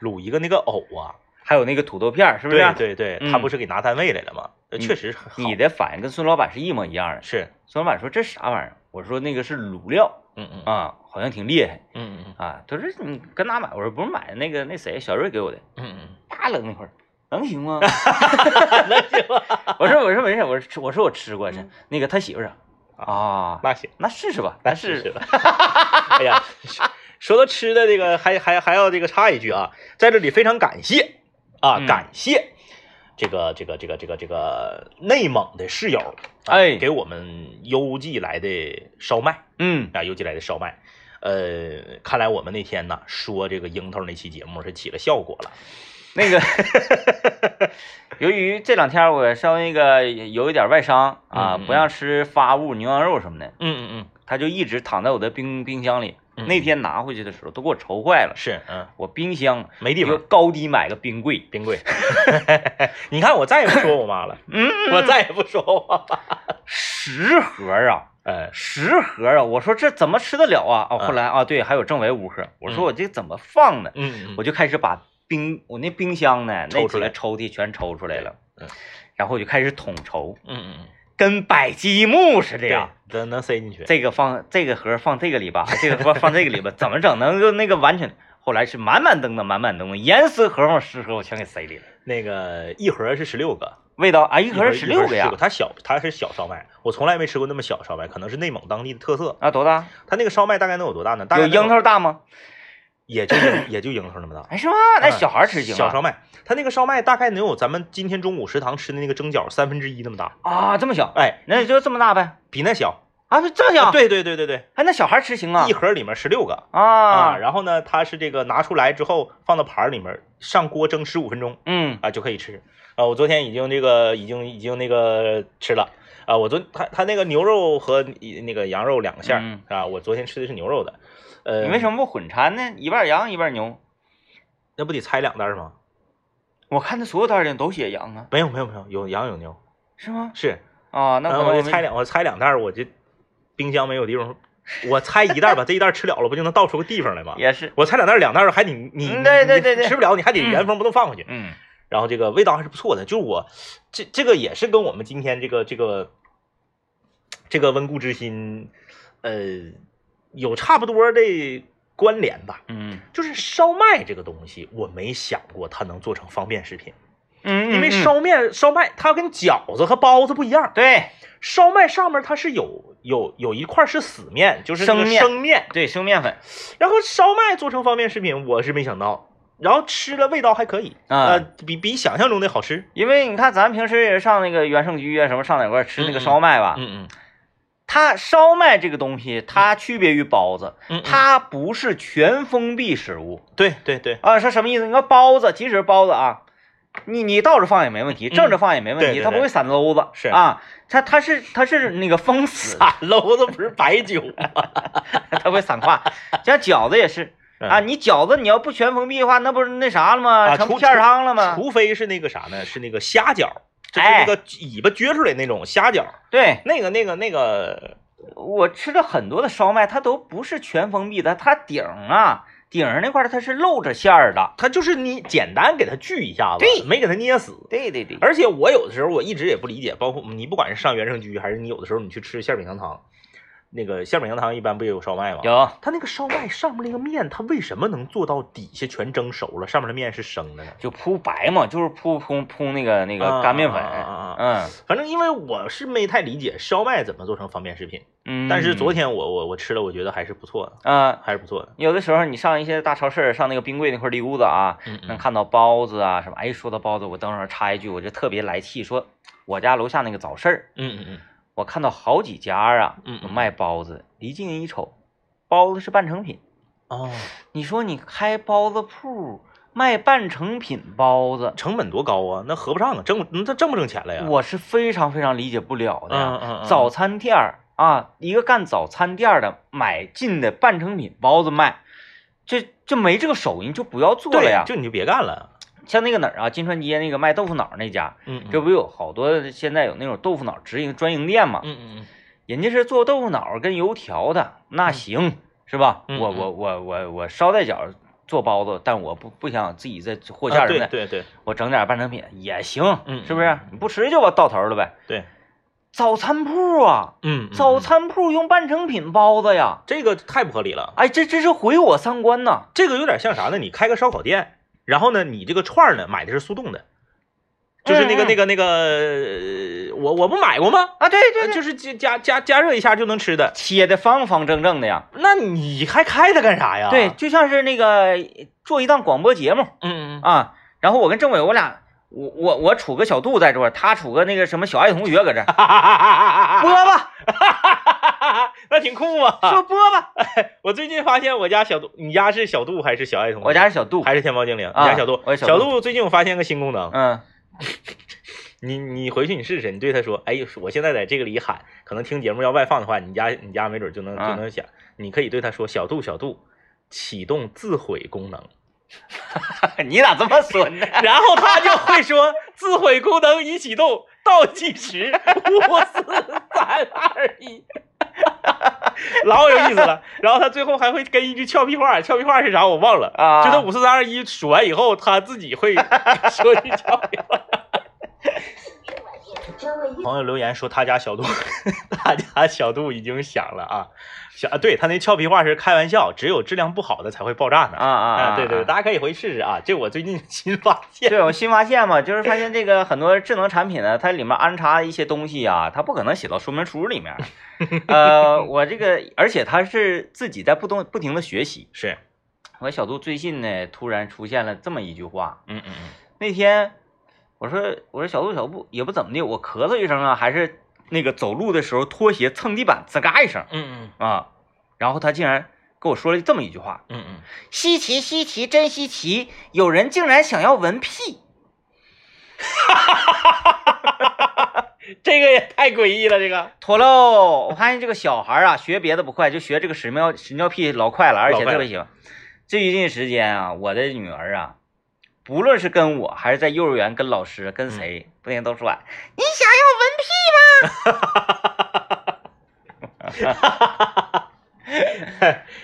Speaker 1: 卤一个那个藕啊，
Speaker 2: 还有那个土豆片儿，是不是？
Speaker 1: 对对
Speaker 2: 嗯
Speaker 1: 对，他不是给拿单位来了吗？呃
Speaker 2: 你
Speaker 1: 确实很好
Speaker 2: 你的反应跟孙老板是一模一样的。
Speaker 1: 是，
Speaker 2: 孙老板说这啥玩意儿？我说那个是卤料
Speaker 1: 嗯嗯
Speaker 2: 啊，好像挺厉害
Speaker 1: 嗯嗯
Speaker 2: 啊。他说你跟哪买？我说不是买的那个那谁小瑞给我的，
Speaker 1: 嗯
Speaker 2: 啪扔那块儿，能行 吗？能行吗？ 我说我说没事，我说吃我说我吃过这那个他媳妇儿啊
Speaker 1: 嗯，，那行，
Speaker 2: 那试试吧，
Speaker 1: 嗯那
Speaker 2: 试
Speaker 1: 试。吧。哎呀，说到吃的这个，还还还要这个插一句啊，在这里非常感谢啊，
Speaker 2: 嗯
Speaker 1: 感谢这个这个这个这个这个内蒙的室友，啊
Speaker 2: 哎
Speaker 1: 给我们邮寄来的烧麦。
Speaker 2: 嗯，
Speaker 1: 啊，邮寄来的烧麦。呃，看来我们那天呢说这个樱桃那期节目是起了效果了。
Speaker 2: 那个由于这两天我稍微那个有一点外伤啊，
Speaker 1: 嗯嗯
Speaker 2: 不让吃发物牛羊肉什么的，
Speaker 1: 嗯嗯
Speaker 2: 他就一直躺在我的冰冰箱里。
Speaker 1: 嗯
Speaker 2: 那天拿回去的时候都给我愁坏了
Speaker 1: 嗯，，是，嗯，
Speaker 2: 我冰箱
Speaker 1: 没地
Speaker 2: 一个
Speaker 1: 方，
Speaker 2: 高低买个冰柜，
Speaker 1: 冰柜。 你看我再也不说我 妈了，
Speaker 2: 嗯，
Speaker 1: 我再也不说我 妈了。
Speaker 2: 十盒啊，
Speaker 1: 哎，
Speaker 2: 十盒啊！我说这怎么吃得了啊？哦，
Speaker 1: 嗯
Speaker 2: 后来啊，对，还有政委五盒，我说我这怎么放呢？
Speaker 1: 嗯，
Speaker 2: 我就开始把冰我那冰箱呢那
Speaker 1: 抽
Speaker 2: 几
Speaker 1: 出
Speaker 2: 个
Speaker 1: 来
Speaker 2: 抽屉全抽出来了，
Speaker 1: 嗯，
Speaker 2: 然后我就开始统筹，
Speaker 1: 嗯嗯，
Speaker 2: 跟摆积木似的
Speaker 1: 对啊
Speaker 2: 呀。，
Speaker 1: 能能塞进去。
Speaker 2: 这个放这个盒放这个里吧， 这个盒放这个里吧，怎么整能够那个完全？后来是满满登登，满满登登，严丝合缝，十盒我全给塞里了。
Speaker 1: 那个一盒是十六个，
Speaker 2: 味道啊，一
Speaker 1: 一
Speaker 2: 盒
Speaker 1: 盒
Speaker 2: 十六个呀，
Speaker 1: 它小，它是小烧麦，我从来没吃过那么小烧麦，可能是内蒙当地的特色。
Speaker 2: 啊，多大？
Speaker 1: 它那个烧麦大概能有多大呢？大概
Speaker 2: 有
Speaker 1: 能有
Speaker 2: 樱，桃大吗？
Speaker 1: 也就樱也就樱桃那 么大。
Speaker 2: 哎，是吗？那
Speaker 1: 嗯
Speaker 2: 小孩儿吃行
Speaker 1: 小
Speaker 2: 啊？
Speaker 1: 烧麦，它那个烧麦大概能有咱们今天中午食堂吃的那个蒸饺三分之一那么大，
Speaker 2: 啊，这么小，
Speaker 1: 哎，
Speaker 2: 那就这么大呗。
Speaker 1: 比那小。
Speaker 2: 啊，不这样，，
Speaker 1: 对对对对对，
Speaker 2: 哎，那小孩吃行啊
Speaker 1: 一，盒里面十六个
Speaker 2: 啊，
Speaker 1: 然后呢，它是这个拿出来之后放到盘儿里面上锅蒸十五分钟
Speaker 2: 嗯，
Speaker 1: 啊就可以吃。啊，我昨天已经这个已经已经那个吃了啊，我昨他他那个牛肉和那个羊肉两个馅儿、
Speaker 2: 嗯
Speaker 1: 啊，我昨天吃的是牛肉的，呃，
Speaker 2: 你为
Speaker 1: 么
Speaker 2: 什么不混掺呢？一半羊一半牛，
Speaker 1: 那不得拆两袋儿吗？
Speaker 2: 我看他所有袋里都写羊啊，
Speaker 1: 没有没有没有，有羊有牛
Speaker 2: 是吗？
Speaker 1: 是，
Speaker 2: 啊，那可
Speaker 1: 嗯
Speaker 2: 能
Speaker 1: 我
Speaker 2: 我
Speaker 1: 就
Speaker 2: 没
Speaker 1: 拆两我拆两袋儿，我这冰箱没有地方， 我拆一袋儿吧，这一袋儿吃了了，不就能倒出个地方 来吗？
Speaker 2: 也是，
Speaker 1: 我拆两袋儿，两袋儿还得你你
Speaker 2: 嗯对对
Speaker 1: 你
Speaker 2: 对对
Speaker 1: 吃不了，你还得原封不动放回去。
Speaker 2: 嗯
Speaker 1: 然后这个味道还是不错的，就是我这这个也是跟我们今天这个这个这个温故知新，呃，有差不多的关联吧。
Speaker 2: 嗯
Speaker 1: 就是烧麦这个东西，我没想过它能做成方便食品，
Speaker 2: 嗯，
Speaker 1: 因为
Speaker 2: 嗯
Speaker 1: 烧面烧麦它跟饺子和包子不一样，
Speaker 2: 对
Speaker 1: 烧麦上面它是有有有一块是死面，就是那个
Speaker 2: 生面
Speaker 1: 生面，
Speaker 2: 对生面粉，
Speaker 1: 然后烧麦做成方便食品，我是没想到。然后吃了味道还可以，
Speaker 2: 啊
Speaker 1: 呃，比比想象中的好吃。
Speaker 2: 因为你看咱平时也上那个元盛居啊什么上哪块儿吃那个
Speaker 1: 嗯嗯
Speaker 2: 烧麦吧，
Speaker 1: 嗯嗯
Speaker 2: 它烧麦这个东西它区别于包子，
Speaker 1: 嗯，
Speaker 2: 它
Speaker 1: 它
Speaker 2: 不是全封闭食物
Speaker 1: 对对对
Speaker 2: 啊，是什么意思？你看包子，即使是包子啊，你你倒着放也没问题，正着放也没问
Speaker 1: 嗯对
Speaker 2: 题，
Speaker 1: 对
Speaker 2: 它不
Speaker 1: 对
Speaker 2: 会散漏子，
Speaker 1: 是
Speaker 2: 啊，它它是它是那个封死的，
Speaker 1: 啊，篓子不是白 酒吗？
Speaker 2: 它会散胯，像饺子也是啊，
Speaker 1: 嗯
Speaker 2: 你饺子你要不全封闭的话，那不是那啥了吗？
Speaker 1: 啊
Speaker 2: 成
Speaker 1: 除
Speaker 2: 片儿汤了吗？
Speaker 1: 除非是那个啥呢？是那个虾饺，就是
Speaker 2: 哎
Speaker 1: 那个尾巴撅出来那种虾饺。
Speaker 2: 对，
Speaker 1: 那个那个那个，
Speaker 2: 我吃的很多的烧麦，它都不是全封闭的，它顶儿啊顶上那块儿它是露着馅儿的。
Speaker 1: 它就是你简单给它锯一下子，
Speaker 2: 对
Speaker 1: 没给它捏死。
Speaker 2: 对对对，
Speaker 1: 而且我有的时候我一直也不理解，包括你不管是上原生居还是你有的时候你去吃馅饼香糖，那个馅饼香糖一般不也有烧麦吗？
Speaker 2: 有
Speaker 1: 它那个烧麦上面那个面，它为什么能做到底下全蒸熟了，上面的面是生的呢？
Speaker 2: 就铺白嘛，就是铺铺铺那个那个
Speaker 1: 啊
Speaker 2: 干面粉。
Speaker 1: 啊啊啊
Speaker 2: 嗯
Speaker 1: 反正因为我是没太理解烧麦怎么做成方便食品，
Speaker 2: 嗯。
Speaker 1: 但是昨天我我我吃了，我觉得还是不错的，
Speaker 2: 啊、
Speaker 1: 还是不错的。
Speaker 2: 有的时候你上一些大超市，上那个冰柜那块儿溜达啊，
Speaker 1: 嗯
Speaker 2: 能
Speaker 1: 嗯
Speaker 2: 看到包子啊什么。哎，说到包子，我等会儿插一句，我就特别来气，说我家楼下那个早市儿，
Speaker 1: 嗯嗯
Speaker 2: 我看到好几家啊
Speaker 1: 嗯
Speaker 2: 有卖包子，离近一瞅，包子是半成品。
Speaker 1: 嗯，哦，
Speaker 2: 你说你开包子铺卖半成品包子，
Speaker 1: 成本多高啊？那合不上啊，挣那挣不挣钱了呀？
Speaker 2: 我是非常非常理解不了的呀。
Speaker 1: 嗯啊嗯嗯
Speaker 2: 早餐店儿啊，一个干早餐店儿的买进的半成品包子卖，这这没这个手艺就不要做了呀
Speaker 1: 对，。就你就别干了。
Speaker 2: 像那个哪儿啊，金川街那个卖豆腐脑儿那家，
Speaker 1: 嗯，
Speaker 2: 这不有好多现在有那种豆腐脑儿直营专营店嘛？
Speaker 1: 嗯嗯嗯
Speaker 2: 人家是做豆腐脑儿跟油条的，那行、是吧？
Speaker 1: 嗯
Speaker 2: 我
Speaker 1: 嗯
Speaker 2: 我我我我捎带脚儿做包子，但我不不想自己再和馅
Speaker 1: 啊
Speaker 2: 儿什么
Speaker 1: 对
Speaker 2: 的。
Speaker 1: 对对
Speaker 2: 我整点半成品也行，
Speaker 1: 嗯
Speaker 2: 是不是？你不吃就完到头了呗。
Speaker 1: 对，
Speaker 2: 早餐铺啊，
Speaker 1: 嗯，嗯
Speaker 2: 早
Speaker 1: 嗯
Speaker 2: 餐铺用半成品包子呀，
Speaker 1: 这个太不合理了，
Speaker 2: 哎，这这是毁我三观呐！
Speaker 1: 这个有点像啥呢？你开个烧烤店，然后呢，你这个串儿呢买的是速冻的，就是那
Speaker 2: 嗯
Speaker 1: 个
Speaker 2: 嗯
Speaker 1: 那个那个，呃我我不买过吗？
Speaker 2: 啊，对对
Speaker 1: 呃
Speaker 2: 对，
Speaker 1: 就是加加加加热一下就能吃的，
Speaker 2: 切的方方正正的呀。
Speaker 1: 那你还开它干啥呀？
Speaker 2: 对，就像是那个做一档广播节目
Speaker 1: 嗯，嗯嗯，
Speaker 2: 啊，然后我跟政委我俩，我我我杵个小度在这儿，他杵个那个什么小爱同学搁这 儿
Speaker 1: 哈哈哈哈
Speaker 2: 播
Speaker 1: 哈
Speaker 2: 吧，
Speaker 1: 哈，嗯 那挺酷啊！
Speaker 2: 说播吧，
Speaker 1: 我最近发现我家小度，你家是小度还是小爱同学？
Speaker 2: 我家是小度，
Speaker 1: 还是天猫精灵，
Speaker 2: 啊
Speaker 1: 你家小度
Speaker 2: 我，是小
Speaker 1: 小
Speaker 2: 度
Speaker 1: 度最近我发现个新功能，
Speaker 2: 嗯，
Speaker 1: 你你回去你试试，你对他说，哎，我现在在这个里喊，可能听节目要外放的话，你家你家没准就能
Speaker 2: 啊
Speaker 1: 就能响。你可以对他说，小度小度，启动自毁功能，
Speaker 2: 你咋这么损呢？
Speaker 1: 然后他就会说，自毁功能已启动，倒计时五四三二一。老有意思了，然后他最后还会跟一句俏皮话，俏皮话是啥我忘了
Speaker 2: 啊
Speaker 1: 就他五四三二一数完以后，他自己 会说一句俏皮话。 朋友留言说他家小度， 他家小度已经响了啊，小啊，对他那俏皮话是开玩笑，只有质量不好的才会爆炸呢哎
Speaker 2: 啊啊啊！
Speaker 1: 对对对，
Speaker 2: 啊
Speaker 1: 大家可以回去试试啊，这我最近新发现。
Speaker 2: 对，我新发现嘛，就是发现这个很多智能产品呢，它里面安插一些东西啊，它不可能写到说明书里 面。呃，我这个，而且它是自己在不动不停的学习。
Speaker 1: 是，
Speaker 2: 我小度最近呢，突然出现了这么一句话。
Speaker 1: 嗯嗯嗯，
Speaker 2: 那天我说我说小度小度也不怎么的，我咳嗽一声啊，还是那个走路的时候拖鞋蹭地板，吱嘎一声
Speaker 1: 嗯
Speaker 2: 啊，然后他竟然跟我说了这么一句话
Speaker 1: 嗯嗯嗯，：“
Speaker 2: 稀奇稀奇，真稀奇，有人竟然想要闻屁。”
Speaker 1: 这个也太诡异了，这个
Speaker 2: 妥喽！我发现这个小孩啊，学别的不快，就学这个屎尿屎尿屁老快了，而且特别喜欢。最近时间啊，我的女儿啊，不论是跟我还是在幼儿园跟老师
Speaker 1: 嗯
Speaker 2: 跟谁，不停都说：“啊你想要 闻屁吗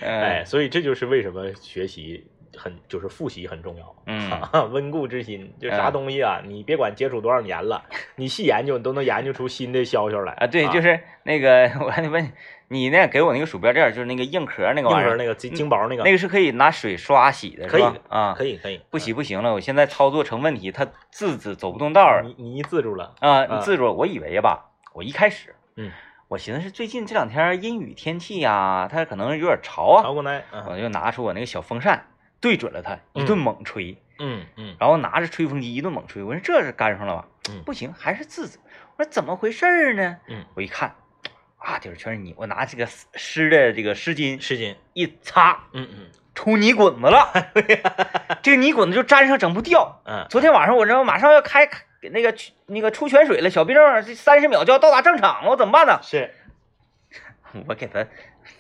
Speaker 1: 哎，所以这就是为什么学习很就是复习很重要，
Speaker 2: 嗯
Speaker 1: 温故知新，就啥东西啊，你别管接触多少年了，你细研究，你都能研究出新的消息来？”
Speaker 2: 啊，对，就是那个，我还得问你那给我那个鼠标垫儿，就是那个硬壳那个
Speaker 1: 硬
Speaker 2: 玩意
Speaker 1: 核
Speaker 2: 儿，嗯
Speaker 1: 那个金金宝那个，
Speaker 2: 那个是可以拿水刷洗的，
Speaker 1: 可以
Speaker 2: 是吧啊，
Speaker 1: 可以可以，嗯
Speaker 2: 不洗不行了，我现在操作成问题，它自己走不动道儿
Speaker 1: 嗯，。你你自住了，
Speaker 2: 啊，
Speaker 1: 啊
Speaker 2: 你自主，我以为吧，我一开始，
Speaker 1: 嗯，
Speaker 2: 我寻思是最近这两天阴雨天气呀、它可能有点
Speaker 1: 熬
Speaker 2: 潮啊，
Speaker 1: 过来，嗯
Speaker 2: 我就拿出我那个小风扇对准了它，一顿猛吹，
Speaker 1: 嗯嗯
Speaker 2: 然后拿着吹风机一顿猛吹，我说这是干上了吧？
Speaker 1: 嗯
Speaker 2: 不行，还是自己。我说怎么回事儿呢？
Speaker 1: 嗯，
Speaker 2: 我一看，啊，就是全是泥，我拿这个湿湿的这个湿巾
Speaker 1: 湿巾，
Speaker 2: 一擦，
Speaker 1: 嗯嗯
Speaker 2: 出泥滚子 了，这个泥滚子就粘上整不掉。
Speaker 1: 嗯，
Speaker 2: 昨天晚上我这马上要开那个去那个出泉水了，小病这三十秒就要到达正常了，我怎么办呢？
Speaker 1: 是，
Speaker 2: 我给他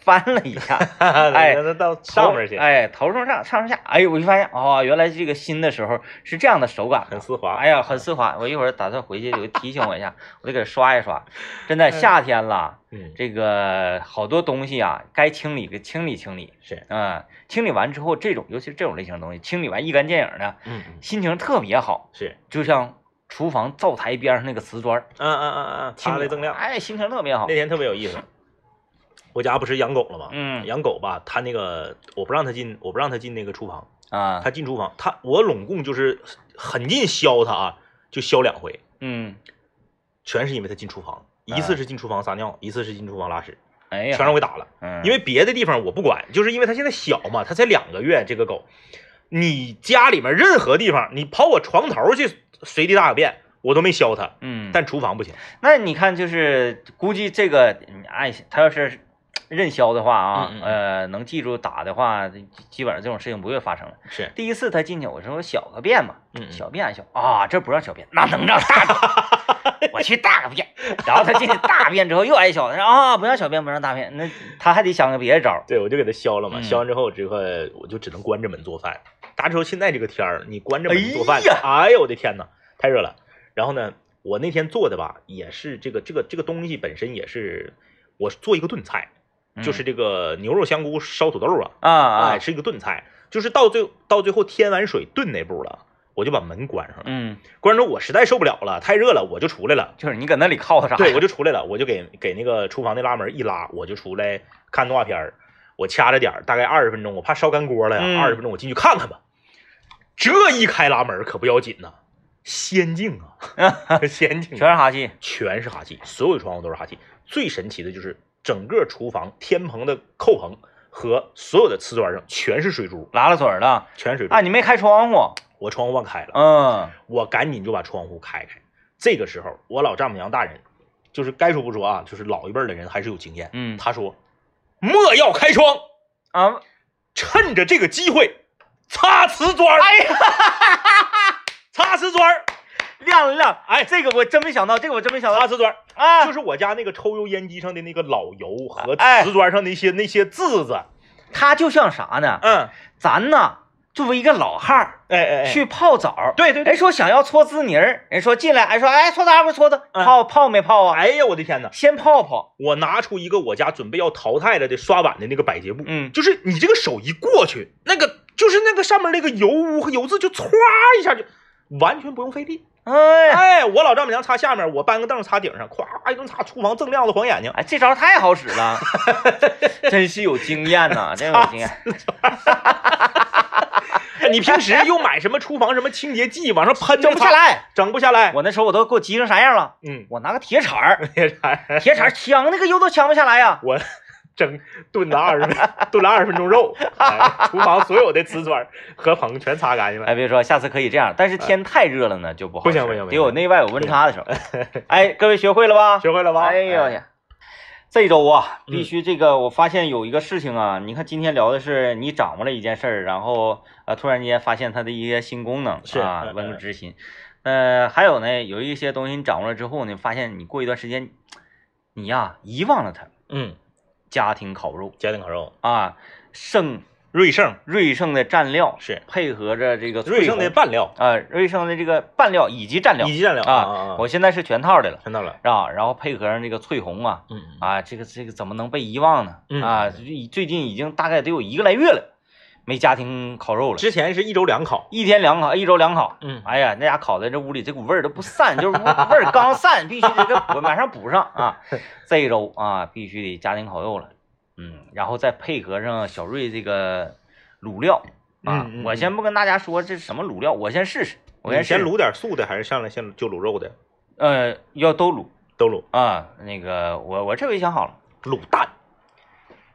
Speaker 2: 翻了一 下，
Speaker 1: 哎
Speaker 2: 哎
Speaker 1: 那到上面去，
Speaker 2: 头哎，头冲上，上冲下，哎呦，我就发现哦，原来这个新的时候是这样的手感
Speaker 1: 很丝滑，
Speaker 2: 哎呀，很丝滑。我一会儿打算回去就提醒我一下，我得给它刷一刷。真的，夏天了，
Speaker 1: 嗯，
Speaker 2: 这个好多东西啊，该清理给清理清理。
Speaker 1: 是，
Speaker 2: 嗯，清理完之后，这种尤其是这种类型的东西，清理完一干见影呢，
Speaker 1: 嗯嗯
Speaker 2: 心情特别好。
Speaker 1: 是，
Speaker 2: 就像厨房灶台边上那个瓷砖儿，
Speaker 1: 嗯嗯嗯嗯，
Speaker 2: 清
Speaker 1: 擦的
Speaker 2: 理
Speaker 1: 锃亮，
Speaker 2: 哎，心情特别好
Speaker 1: 那。天特别有意思，我家不是养狗了吗？
Speaker 2: 嗯
Speaker 1: 养狗吧，它那个我不让它进，我不让它进那个厨房，
Speaker 2: 啊，
Speaker 1: 它进厨房，它我拢共就是狠劲削它啊，就削两回，
Speaker 2: 嗯，
Speaker 1: 全是因为它进厨房，一次是进厨房撒尿，一次是进厨房拉屎，
Speaker 2: 哎呀，
Speaker 1: 全让我给打了。
Speaker 2: 嗯，
Speaker 1: 因为别的地方我不管，就是因为它现在小嘛，它才两个月，这个狗，你家里面任何地方，你跑我床头去随地大小便，我都没削它，
Speaker 2: 嗯，
Speaker 1: 但厨房不行。
Speaker 2: 那你看，就是估计这个，嗯哎，他要是认销的话啊，
Speaker 1: 嗯嗯嗯
Speaker 2: 呃，能记住打的话，基本上这种事情不会发生了。
Speaker 1: 是，
Speaker 2: 第一次他进去，我说我小个便嘛，
Speaker 1: 嗯嗯
Speaker 2: 小便还小啊，这不让小便，那能让大便？我去大个便， 然后他进去大便之后又挨小，他说啊，不让小便，不让大便，那他还得想个别的招儿。
Speaker 1: 对，我就给它削了嘛，
Speaker 2: 嗯
Speaker 1: 削完之后，这个我就只能关着门做饭。大家知道现在这个天儿，你关着门做饭
Speaker 2: 哎呀，
Speaker 1: 哎呦我的天呐，太热了。然后呢，我那天做的吧，也是这个这个这个东西本身也是，我做一个炖菜，
Speaker 2: 嗯
Speaker 1: 就是这个牛肉香菇烧土豆啊，
Speaker 2: 啊啊
Speaker 1: 哎，，是一个炖菜，就是到最到最后添完水炖那步了，我就把门关上了。
Speaker 2: 嗯，
Speaker 1: 关上之后我实在受不了了，太热了，我就出来了。
Speaker 2: 就是你搁那里靠他啥？
Speaker 1: 对，我就出来了，我就给给那个厨房那拉门一拉，我就出来看动画片儿。我掐着点儿，大概二十分钟，我怕烧干锅了
Speaker 2: 嗯
Speaker 1: 呀。二十、分钟我进去看看吧。这一开拉门可不要紧呐、仙境 啊，仙境
Speaker 2: 全
Speaker 1: 啊，
Speaker 2: 是哈气。
Speaker 1: 全是哈气，所有的窗户都是哈气。最神奇的就是整个厨房天棚的扣棚和所有的瓷砖上全是水珠，
Speaker 2: 拉了嘴儿了
Speaker 1: 全是水珠。
Speaker 2: 啊！你没开窗户，
Speaker 1: 我窗户忘开了，
Speaker 2: 嗯
Speaker 1: 我赶紧就把窗户开开。这个时候，我老丈母娘大人，就是该说不说啊，就是老一辈儿的人还是有经验。
Speaker 2: 嗯
Speaker 1: 他说：“莫要开窗，
Speaker 2: 啊，
Speaker 1: 趁着这个机会擦瓷砖儿。”
Speaker 2: 哎
Speaker 1: 呀， 擦瓷砖儿，
Speaker 2: 亮了亮！
Speaker 1: 哎
Speaker 2: 这个我真没想到，这个我真没想
Speaker 1: 擦
Speaker 2: 到
Speaker 1: 瓷砖儿，
Speaker 2: 啊！
Speaker 1: 就是我家那个抽油烟机上的那个老油和
Speaker 2: 哎
Speaker 1: 瓷砖上那些那些渍子。
Speaker 2: 他就像啥呢？
Speaker 1: 嗯，
Speaker 2: 咱呢，作为一个老汉儿
Speaker 1: 哎哎哎，
Speaker 2: 去泡澡，
Speaker 1: 对对对，
Speaker 2: 人说想要搓滋泥儿，人说进来，哎说哎搓啥不搓的，
Speaker 1: 嗯
Speaker 2: 泡泡没泡啊？
Speaker 1: 哎呀，我的天哪！
Speaker 2: 先泡泡，
Speaker 1: 我拿出一个我家准备要淘汰了的刷碗的那个百洁布，
Speaker 2: 嗯
Speaker 1: 就是你这个手一过去，那个就是那个上面那个油污和油渍就歘一下就完全不用费力。
Speaker 2: 哎
Speaker 1: 哎，我老丈母娘擦下面，我搬个凳擦顶上，咵一顿擦，厨房锃亮的晃眼睛。
Speaker 2: 哎，这招太好使 了，真是有经验呐，真有经验。
Speaker 1: 哎你平时又买什么厨房什么清洁剂往上喷，
Speaker 2: 整不下，来，
Speaker 1: 整不下来。
Speaker 2: 我那时候我都给我急成啥样了，
Speaker 1: 嗯，
Speaker 2: 我拿个铁铲儿，
Speaker 1: 别啥呀
Speaker 2: 铁铲儿抢那个油都抢不下来呀、
Speaker 1: 我蒸炖了二十炖了二十分钟肉、哎，厨房所有的瓷砖和棚全擦干净了。
Speaker 2: 哎，别说，下次可以这样，但是天太热了呢，就不好。
Speaker 1: 哎不行不行不
Speaker 2: 得
Speaker 1: 行
Speaker 2: 有内外有温差的时候。 哎，各位学会了吧？
Speaker 1: 学会了吧？
Speaker 2: 哎呦
Speaker 1: 呀，
Speaker 2: 呀，这周啊，
Speaker 1: 嗯
Speaker 2: 必须这个，我发现有一个事情啊，你看今天聊的是你掌握了一件事儿，然后呃，突然间发现它的一些新功能，
Speaker 1: 是
Speaker 2: 啊
Speaker 1: 嗯，
Speaker 2: 温故
Speaker 1: 嗯
Speaker 2: 知新。呃，还有呢，有一些东西你掌握了之后呢，发现你过一段时间，你呀、遗忘了它。
Speaker 1: 嗯，
Speaker 2: 家庭烤肉
Speaker 1: 家庭烤肉，
Speaker 2: 啊，盛
Speaker 1: 瑞盛
Speaker 2: 瑞盛的蘸料
Speaker 1: 是
Speaker 2: 配合着这个
Speaker 1: 瑞盛的
Speaker 2: 翠红
Speaker 1: 拌料
Speaker 2: 啊，瑞盛的这个拌料以及蘸料
Speaker 1: 以及蘸料
Speaker 2: 啊，
Speaker 1: 我
Speaker 2: 我现在是全套的了
Speaker 1: 看到了，
Speaker 2: 啊，然后配合上这个翠红啊
Speaker 1: 嗯嗯
Speaker 2: 啊，这个这个怎么能被遗忘呢？
Speaker 1: 嗯
Speaker 2: 啊，最最近已经大概得有一个来月了，没家庭烤肉了，
Speaker 1: 之前是一周两烤，
Speaker 2: 一天两烤，一周两烤。
Speaker 1: 嗯
Speaker 2: 哎呀，那家烤的这屋里这股味儿都不散，就是味味儿刚散，必须得给补马上补上 啊！这一周啊，必须得家庭烤肉了，嗯，然后再配合上小瑞这个卤料啊，
Speaker 1: 嗯嗯
Speaker 2: 我先不跟大家说这是什么卤料，我先试试，我
Speaker 1: 你
Speaker 2: 先试
Speaker 1: 先
Speaker 2: 试，
Speaker 1: 卤点素的，还是上来先就卤肉的？
Speaker 2: 呃，要都卤
Speaker 1: 都卤，
Speaker 2: 啊，那个我我这回想好了，
Speaker 1: 卤蛋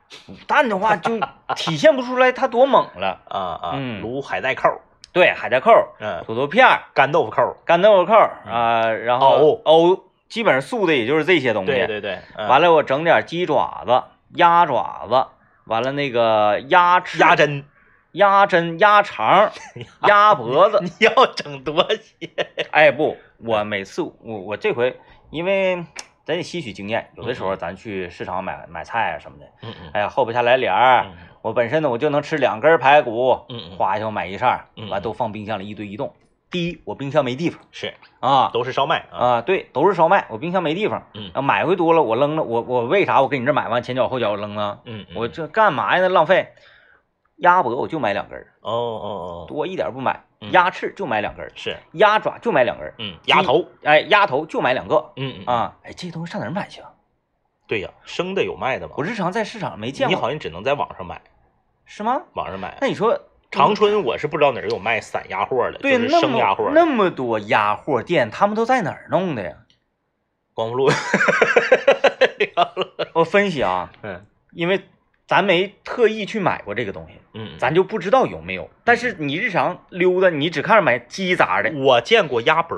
Speaker 2: 卤蛋的话就体现不出来它多猛了，
Speaker 1: 啊啊，
Speaker 2: 嗯
Speaker 1: 卤海带扣，
Speaker 2: 对，海带扣、
Speaker 1: 嗯，
Speaker 2: 土豆片儿、
Speaker 1: 干豆腐扣，
Speaker 2: 干豆腐扣儿啊，然后藕，基本上素的也就是这些东西，
Speaker 1: 对对对，
Speaker 2: 完
Speaker 1: 嗯了
Speaker 2: 了，我整点鸡爪子、鸭爪子，完了那个鸭翅、
Speaker 1: 鸭、胗，
Speaker 2: 鸭胗、鸭肠、鸭脖子。
Speaker 1: 你要整多些，
Speaker 2: 哎，不，我每次我我这回，因为咱得吸取经验，有的时候咱去市场买买菜啊什么的，
Speaker 1: 嗯嗯
Speaker 2: 哎呀，厚不下来脸儿，
Speaker 1: 嗯
Speaker 2: 我本身呢我就能吃两根排骨，
Speaker 1: 嗯嗯，
Speaker 2: 哗一下我买一扇儿
Speaker 1: 嗯，
Speaker 2: 完都放冰箱里一堆一冻。第一，我冰箱没地方
Speaker 1: 是
Speaker 2: 啊
Speaker 1: 都是烧麦啊，
Speaker 2: 啊，对，都是烧麦，我冰箱没地方，
Speaker 1: 嗯
Speaker 2: 啊，买回多了我扔了，我我为啥我给你这买完前脚后脚我扔啊？
Speaker 1: 嗯，嗯
Speaker 2: 我这干嘛呀？浪费。鸭脖我就买两根儿，
Speaker 1: 哦哦哦，
Speaker 2: 多一点不买
Speaker 1: 嗯。
Speaker 2: 鸭翅就买两根儿，
Speaker 1: 是，
Speaker 2: 鸭爪就买两根儿，
Speaker 1: 嗯，鸭头，
Speaker 2: 哎，鸭头就买两个
Speaker 1: 嗯嗯，
Speaker 2: 啊！哎，这东西上哪儿买去啊？
Speaker 1: 对呀，生的有卖的嘛，
Speaker 2: 我日常在市场没见
Speaker 1: 你
Speaker 2: 过，
Speaker 1: 好像只能在网上买，
Speaker 2: 是吗？
Speaker 1: 网上买。
Speaker 2: 那你说
Speaker 1: 长春我是不知道哪儿有卖散鸭货的，
Speaker 2: 对
Speaker 1: 就是
Speaker 2: 那
Speaker 1: 生鸭货
Speaker 2: 么
Speaker 1: 的。
Speaker 2: 那么多鸭货店，他们都在哪儿弄的呀？
Speaker 1: 光复路，
Speaker 2: 我分析啊，
Speaker 1: 嗯
Speaker 2: 因为咱没特意去买过这个东西，
Speaker 1: 嗯，
Speaker 2: 咱就不知道有没有。但是你日常溜达，你只看着买鸡杂的，
Speaker 1: 我见过鸭脖，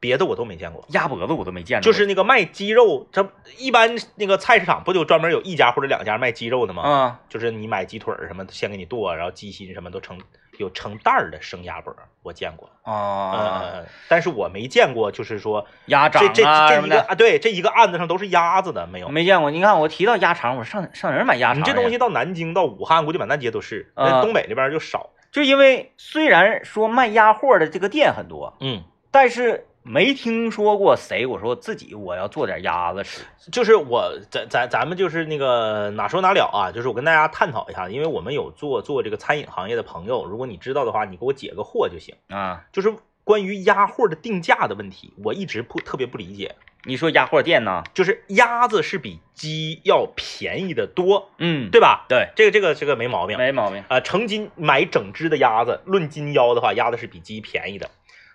Speaker 1: 别的我都没见过。
Speaker 2: 鸭脖子我都没见着
Speaker 1: 就
Speaker 2: 过。
Speaker 1: 是那个卖鸡肉，它一般那个菜市场不就专门有一家或者两家卖鸡肉的吗？
Speaker 2: 啊，
Speaker 1: 就是你买鸡腿儿什么，先给你剁，然后鸡心什么都成有成袋儿的生鸭脖，我见过。
Speaker 2: 啊，
Speaker 1: 嗯，但是我没见过，就是说
Speaker 2: 鸭掌
Speaker 1: 这这
Speaker 2: 啊
Speaker 1: 这
Speaker 2: 什
Speaker 1: 一
Speaker 2: 么
Speaker 1: 个
Speaker 2: 的，
Speaker 1: 啊，对，这一个案子上都是鸭子的，没有。
Speaker 2: 没见过。你看我提到鸭肠，我上上哪儿买鸭肠
Speaker 1: 你
Speaker 2: 呀？
Speaker 1: 这东西到南京到武汉，估计满大街都是，那
Speaker 2: 啊
Speaker 1: 东北这边就少。
Speaker 2: 就因为虽然说卖鸭货的这个店很多，
Speaker 1: 嗯，
Speaker 2: 但是没听说过谁我说自己我要做点鸭子吃。
Speaker 1: 就是我咱咱咱们就是那个哪说哪了啊，就是我跟大家探讨一下，因为我们有做做这个餐饮行业的朋友，如果你知道的话，你给我解个惑就行。
Speaker 2: 啊，
Speaker 1: 就是关于鸭货的定价的问题，我一直不特别不理解。
Speaker 2: 你说鸭货店呢？
Speaker 1: 就是鸭子是比鸡要便宜的多，
Speaker 2: 嗯，
Speaker 1: 对吧？
Speaker 2: 对，
Speaker 1: 这个这个这个没毛病。
Speaker 2: 没毛病。
Speaker 1: 啊，成斤买整只的鸭子，论斤腰的话，鸭子是比鸡便宜的。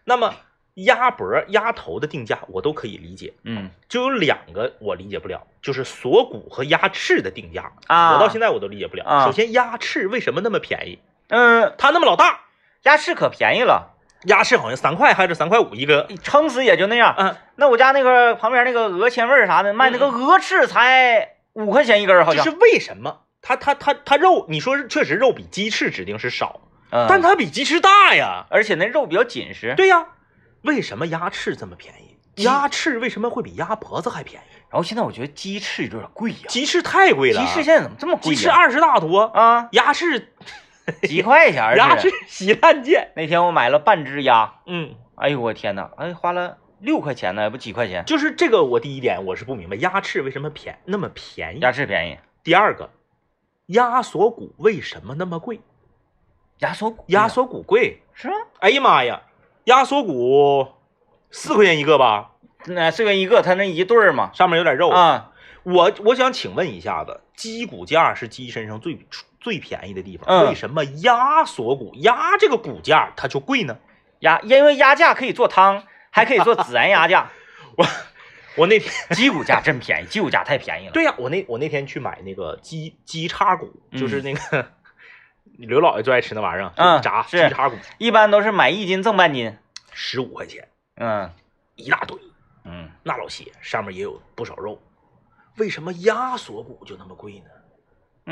Speaker 1: 那么鸭脖、鸭头的定价我都可以理解，
Speaker 2: 嗯
Speaker 1: 就有两个我理解不了，就是锁骨和鸭翅的定价，
Speaker 2: 啊，
Speaker 1: 我到现在我都理解不了。
Speaker 2: 啊
Speaker 1: 首先，鸭翅为什么那么便宜？
Speaker 2: 嗯，
Speaker 1: 它那么老大，
Speaker 2: 鸭翅可便宜了，
Speaker 1: 鸭翅好像三块还是三块五一个。
Speaker 2: 撑死也就那样。
Speaker 1: 嗯，
Speaker 2: 那我家那个旁边那个鹅千味儿啥的，卖那个鹅翅才五块钱一根儿，好
Speaker 1: 这
Speaker 2: 像
Speaker 1: 是。为什么？它它它它肉，你说是确实肉比鸡翅指定是少，
Speaker 2: 嗯
Speaker 1: 但它比鸡翅大呀。
Speaker 2: 而且那肉比较紧实。
Speaker 1: 对呀，为什么鸭翅这么便宜？鸭翅为什么会比鸭脖子还便宜？
Speaker 2: 然后现在我觉得鸡翅有点贵呀、
Speaker 1: 鸡翅太贵了，
Speaker 2: 鸡翅现在怎么这么贵、
Speaker 1: 鸡
Speaker 2: 呀？
Speaker 1: 翅二十大多，
Speaker 2: 啊，
Speaker 1: 鸭翅
Speaker 2: 几块钱儿
Speaker 1: 鸭
Speaker 2: 似
Speaker 1: 翅
Speaker 2: 的。
Speaker 1: 稀烂贱。
Speaker 2: 那天我买了半只鸭，
Speaker 1: 嗯，
Speaker 2: 哎呦我天呐，哎花了六块钱呢，也不几块钱。
Speaker 1: 就是这个，我第一点我是不明白鸭翅为什么便那么便宜
Speaker 2: 鸭。翅便宜，
Speaker 1: 第二个，鸭锁骨为什么那么贵？
Speaker 2: 鸭锁骨
Speaker 1: 鸭
Speaker 2: 哎呀
Speaker 1: 锁骨贵，
Speaker 2: 是啊吗？
Speaker 1: 哎呀妈呀，鸭锁骨四块钱一个吧，
Speaker 2: 那虽然一个，它那一对儿嘛。
Speaker 1: 上面有点肉。
Speaker 2: 啊，
Speaker 1: 我我想请问一下子，鸡骨架是鸡身上最最便宜的地方，
Speaker 2: 嗯
Speaker 1: 为什么鸭锁骨鸭这个骨架它 就贵呢？
Speaker 2: 鸭因为鸭架可以做汤，还可以做孜然鸭架。
Speaker 1: 我那天
Speaker 2: 鸡骨架真便宜，鸡骨架太便宜了。
Speaker 1: 对呀、我那我那天去买那个鸡鸡叉骨，就是那个、刘老爷最爱吃那玩意儿，
Speaker 2: 嗯
Speaker 1: 就炸鸡
Speaker 2: 是
Speaker 1: 叉骨，
Speaker 2: 一般都是买一斤赠半斤。
Speaker 1: 十五块钱
Speaker 2: 嗯
Speaker 1: 一大堆，
Speaker 2: 嗯，
Speaker 1: 那老些上面也有不少肉。为什么鸭锁骨就那么贵呢？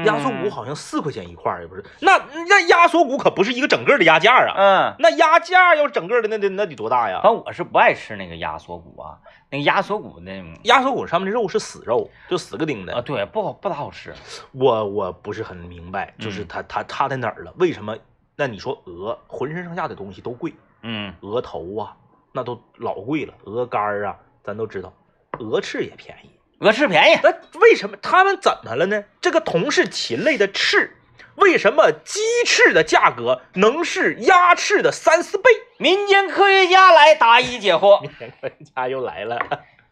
Speaker 1: 鸭锁骨
Speaker 2: 嗯。
Speaker 1: 好像四块钱一块儿，也不是？那那鸭锁骨可不是一个整个的鸭架啊，
Speaker 2: 嗯，
Speaker 1: 那鸭架要是整个的，那得那得多大呀
Speaker 2: 反？正我是不爱吃那个鸭锁骨啊，那个鸭锁骨那嗯
Speaker 1: 鸭锁骨上面的肉是死肉，就死个丁的。
Speaker 2: 啊，对，不好不大好吃。
Speaker 1: 我我不是很明白，就是
Speaker 2: 嗯
Speaker 1: 它它差在哪儿了？为什么？那你说鹅浑身上下的东西都贵，
Speaker 2: 嗯
Speaker 1: 鹅头啊，那都老贵了，鹅肝儿啊，咱都知道，鹅翅也便宜。
Speaker 2: 鹅翅便宜，
Speaker 1: 那为什么他们怎么了呢？这个同是禽类的翅，为什么鸡翅的价格能是鸭翅的三四倍？
Speaker 2: 民间科学家来答疑解惑。
Speaker 1: 明天科学 家又来了。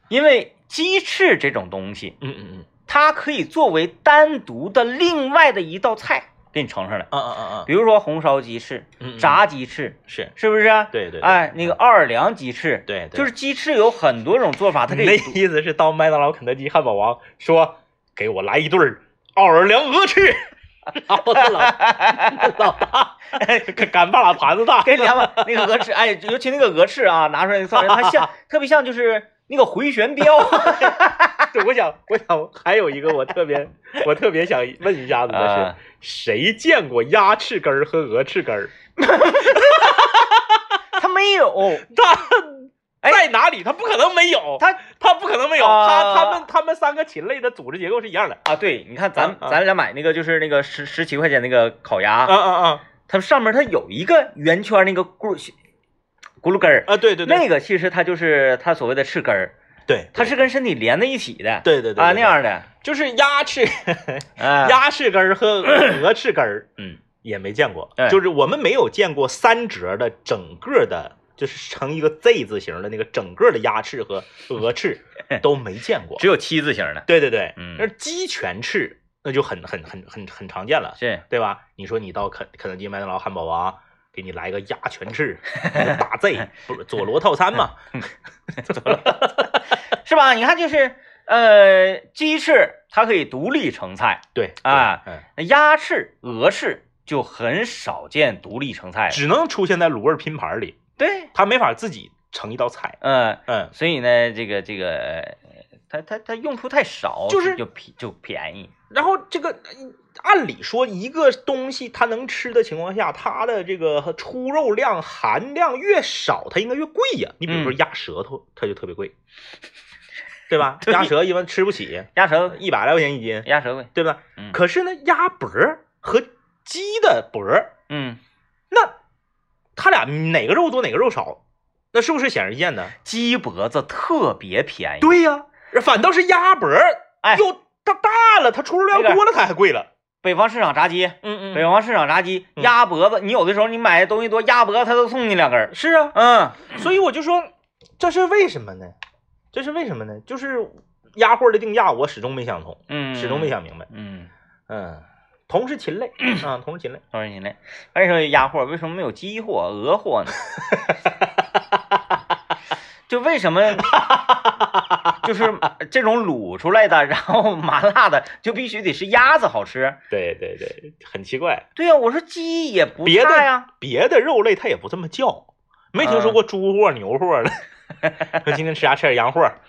Speaker 2: 因为鸡翅这种东西，
Speaker 1: 嗯嗯嗯，
Speaker 2: 它可以作为单独的另外的一道菜给你盛上来，
Speaker 1: 啊啊啊啊
Speaker 2: 比如说红烧鸡翅、
Speaker 1: 嗯，嗯
Speaker 2: 炸鸡翅，
Speaker 1: 是，
Speaker 2: 是不是啊？
Speaker 1: 对对，对
Speaker 2: 哎，那个奥尔良鸡翅，
Speaker 1: 对，对
Speaker 2: 就是鸡翅有很多种做法，它可
Speaker 1: 你的
Speaker 2: 以
Speaker 1: 意思是到麦当劳、肯德基、汉堡王说给我来一对儿奥尔良鹅翅， 然后 他老老大干巴拉盘子大，
Speaker 2: 跟两把那个鹅翅，哎，尤其那个鹅翅啊，拿出来那个造型，它 像特别像就是那个回旋镖
Speaker 1: 对，我想我想还有一个我特别我特别想问一下子的
Speaker 2: 啊
Speaker 1: 是，谁见过鸭翅根儿和鹅翅根儿？
Speaker 2: 它没有，
Speaker 1: 他。在哪里？他不可能没有，
Speaker 2: 它
Speaker 1: 哎他不可能没有，
Speaker 2: 啊
Speaker 1: 他他们他们三个禽类的组织结构是一样的。
Speaker 2: 啊，对，你看咱
Speaker 1: 啊啊
Speaker 2: 咱俩买那个就是那个十十几块钱那个烤鸭，
Speaker 1: 啊啊
Speaker 2: 它上面它有一个圆圈那个轱辘轱辘根儿，
Speaker 1: 啊！对对对
Speaker 2: 那个其实它就是它所谓的翅根儿，
Speaker 1: 对，
Speaker 2: 它是跟身体连在一起的，
Speaker 1: 对对对
Speaker 2: 啊
Speaker 1: 对
Speaker 2: 那样的，
Speaker 1: 就是鸭翅，
Speaker 2: 啊，
Speaker 1: 鸭翅根儿和鹅翅根儿，
Speaker 2: 嗯，
Speaker 1: 也没见过
Speaker 2: 哎，
Speaker 1: 就是我们没有见过三折的整个的，就是成一个 Z 字形的那个整个的鸭翅和鹅翅都没见 过。
Speaker 2: 只有七字形的，
Speaker 1: 对对对，
Speaker 2: 嗯
Speaker 1: 那鸡全翅那就很很很很很常见了，
Speaker 2: 是，
Speaker 1: 对吧？你说你到肯肯德基、麦当劳、汉堡王。给你来个鸭全翅，一个大 Z，不是佐罗套餐
Speaker 2: 嗯
Speaker 1: 嘛？
Speaker 2: 是吧？你看就是呃，鸡翅它可以独立成菜。
Speaker 1: 对
Speaker 2: 啊，
Speaker 1: 对嗯
Speaker 2: 那鸭翅、鹅翅就很少见独立成菜了。
Speaker 1: 只能出现在卤味拼盘里，
Speaker 2: 对，
Speaker 1: 它没法自己成一道菜。
Speaker 2: 嗯，
Speaker 1: 嗯，
Speaker 2: 所以呢，这个这个，呃它它它用处太少，
Speaker 1: 就是
Speaker 2: 就便就便宜。
Speaker 1: 然后这个嗯按理说，一个东西它能吃的情况下，它的这个出肉量、含量越少，它应该越贵呀。你比如说
Speaker 2: 嗯
Speaker 1: 鸭舌头，它就特别贵，对吧？
Speaker 2: 对
Speaker 1: 鸭舌一般吃不起，
Speaker 2: 鸭舌，
Speaker 1: 一百来块钱一斤，
Speaker 2: 鸭舌贵，
Speaker 1: 对吧？
Speaker 2: 嗯
Speaker 1: 可是呢，鸭脖儿和鸡的脖儿，
Speaker 2: 嗯，
Speaker 1: 那它俩哪个肉多，哪个肉少，那是不是显而易见的？
Speaker 2: 鸡脖子特别便宜。，
Speaker 1: 对呀、反倒是鸭脖儿，
Speaker 2: 哎
Speaker 1: 又它大了，它出肉量
Speaker 2: 那个
Speaker 1: 多了，它还贵了。
Speaker 2: 北方市场炸鸡，
Speaker 1: 嗯
Speaker 2: 北方市场炸鸡，
Speaker 1: 嗯
Speaker 2: 鸭脖子，你有的时候你买的东西多，鸭脖子它都送你两根儿。
Speaker 1: 是啊，
Speaker 2: 嗯，
Speaker 1: 所以我就说，这是为什么呢？这是为什么呢？就是鸭货的定价，我始终没想通，
Speaker 2: 嗯，
Speaker 1: 始终没。想明白。
Speaker 2: 嗯，
Speaker 1: 嗯，同 是禽类啊，同是禽类。
Speaker 2: 都是你那。为什么有哎鸭货？为什么没有鸡货、鹅货 呢？就为什么，就是这种卤出来的，然后麻辣的，就必须得是鸭子好吃？
Speaker 1: 对对对，很奇怪，
Speaker 2: 对呀、啊我说鸡也不
Speaker 1: 别的
Speaker 2: 差 呀、
Speaker 1: 别的肉类它也不这么叫，没听说
Speaker 2: 嗯
Speaker 1: 过猪货、牛货 的。说今天吃啥？吃点羊货。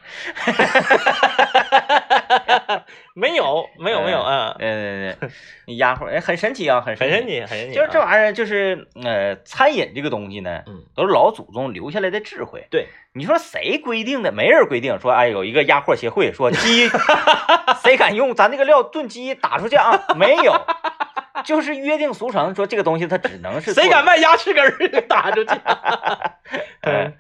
Speaker 1: 没有，没有，没有啊，
Speaker 2: 对对对，你鸭货哎，很神奇啊，很
Speaker 1: 很
Speaker 2: 神
Speaker 1: 神。奇，很神奇。
Speaker 2: 就是这
Speaker 1: 啊
Speaker 2: 玩意儿，就是呃，餐饮这个东西呢，
Speaker 1: 嗯，
Speaker 2: 都是老祖宗留下来的智慧。
Speaker 1: 对，
Speaker 2: 你说谁规定的？没人规定说，哎，有一个压货协会说 鸡，谁敢用咱这个料炖鸡打出去啊？没有，就是约定俗成，说这个东西它只能是
Speaker 1: 谁
Speaker 2: 做
Speaker 1: 敢卖鸭翅根儿打出去？
Speaker 2: 哎
Speaker 1: 嗯，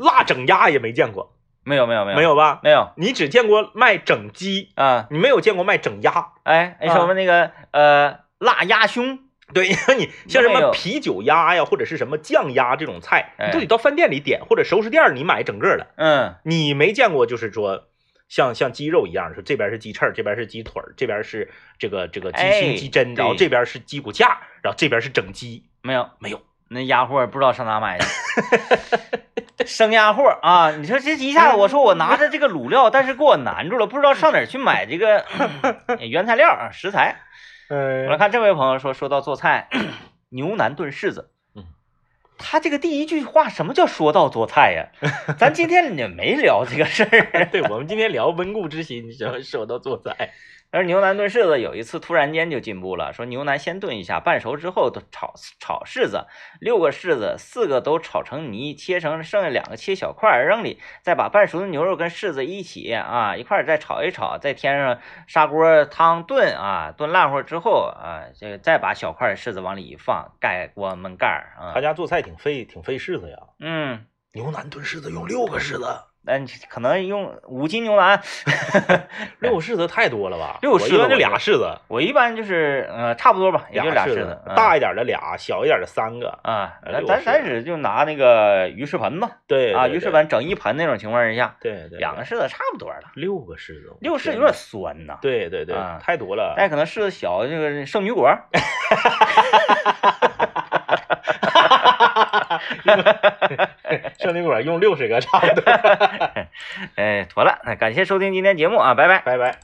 Speaker 1: 辣整鸭也没见过，
Speaker 2: 没有没有没有
Speaker 1: 没有吧？
Speaker 2: 没有
Speaker 1: 你只见过卖整鸡，
Speaker 2: 啊？
Speaker 1: 你没有见过卖整鸭。
Speaker 2: 哎哎，
Speaker 1: 啊
Speaker 2: 什么那个呃辣鸭胸，
Speaker 1: 对， 你像什
Speaker 2: 没有
Speaker 1: 么啤酒鸭呀，或者是什么酱鸭这种菜，
Speaker 2: 哎
Speaker 1: 你都得到饭店里点，或者熟食店儿你买整个的。
Speaker 2: 嗯
Speaker 1: 你没见过，就是说像像鸡肉一样，说这边是鸡翅儿，这边是鸡腿儿，这边是这个这个鸡
Speaker 2: 哎
Speaker 1: 心、鸡胗，然后
Speaker 2: 对
Speaker 1: 这边是鸡骨架，然后这边是整鸡，
Speaker 2: 没有
Speaker 1: 没有。
Speaker 2: 那鸭货不知道上哪买去。生鸭货啊！你说这一下子，我说我拿着这个卤料，但是给我难住了，不知道上哪儿去买这个原材料啊食材。我来
Speaker 1: 嗯
Speaker 2: 看这位朋友说，说到做菜，牛腩炖柿子。
Speaker 1: 嗯
Speaker 2: 他这个第一句话，什么叫说到做菜呀？咱今天也没聊这个事儿。
Speaker 1: 哎对，我们今天聊温故知新，什么说到做菜，
Speaker 2: 而牛腩炖柿子有一次突然间就进步了，说牛腩先炖一下，半熟之后都炒炒柿子，六个柿子四个都炒成泥，切成剩下两个切小块儿扔里，再把半熟的牛肉跟柿子一起啊一块儿再炒一炒，再添上砂锅汤炖啊，炖烂乎之后啊，这个再把小块的柿子往里一放，盖锅焖盖儿啊
Speaker 1: 他，家做菜挺费挺费柿子呀，
Speaker 2: 嗯。
Speaker 1: 牛腩炖柿子用六个柿子，
Speaker 2: 那你可能用五斤牛腩，
Speaker 1: 六个柿子太多了吧？
Speaker 2: 六个柿子
Speaker 1: 我一般就
Speaker 2: 我
Speaker 1: 俩柿子，
Speaker 2: 我一般就是呃差不多吧，也就俩嗯
Speaker 1: 柿
Speaker 2: 柿
Speaker 1: 子
Speaker 2: 子，，啊
Speaker 1: 大
Speaker 2: 一
Speaker 1: 一点的俩，小一点的三个。
Speaker 2: 啊，
Speaker 1: 哎
Speaker 2: 咱
Speaker 1: 六
Speaker 2: 咱
Speaker 1: 十
Speaker 2: 咱只就拿那个鱼翅盆吧，
Speaker 1: 对
Speaker 2: 啊，
Speaker 1: 对
Speaker 2: 鱼翅
Speaker 1: 对
Speaker 2: 盆整一盆那种情况之下，
Speaker 1: 对对对
Speaker 2: 两个柿子差不多了，
Speaker 1: 六个柿子，我
Speaker 2: 六柿
Speaker 1: 天
Speaker 2: 有点
Speaker 1: 哪
Speaker 2: 酸呐，
Speaker 1: 对对对
Speaker 2: 啊，
Speaker 1: 太多了。
Speaker 2: 但可能柿子小，这个圣女果儿，
Speaker 1: 圣女 果用六十个差不多。
Speaker 2: 哎，妥了，那感谢收听今天节目啊，拜拜。
Speaker 1: 拜拜。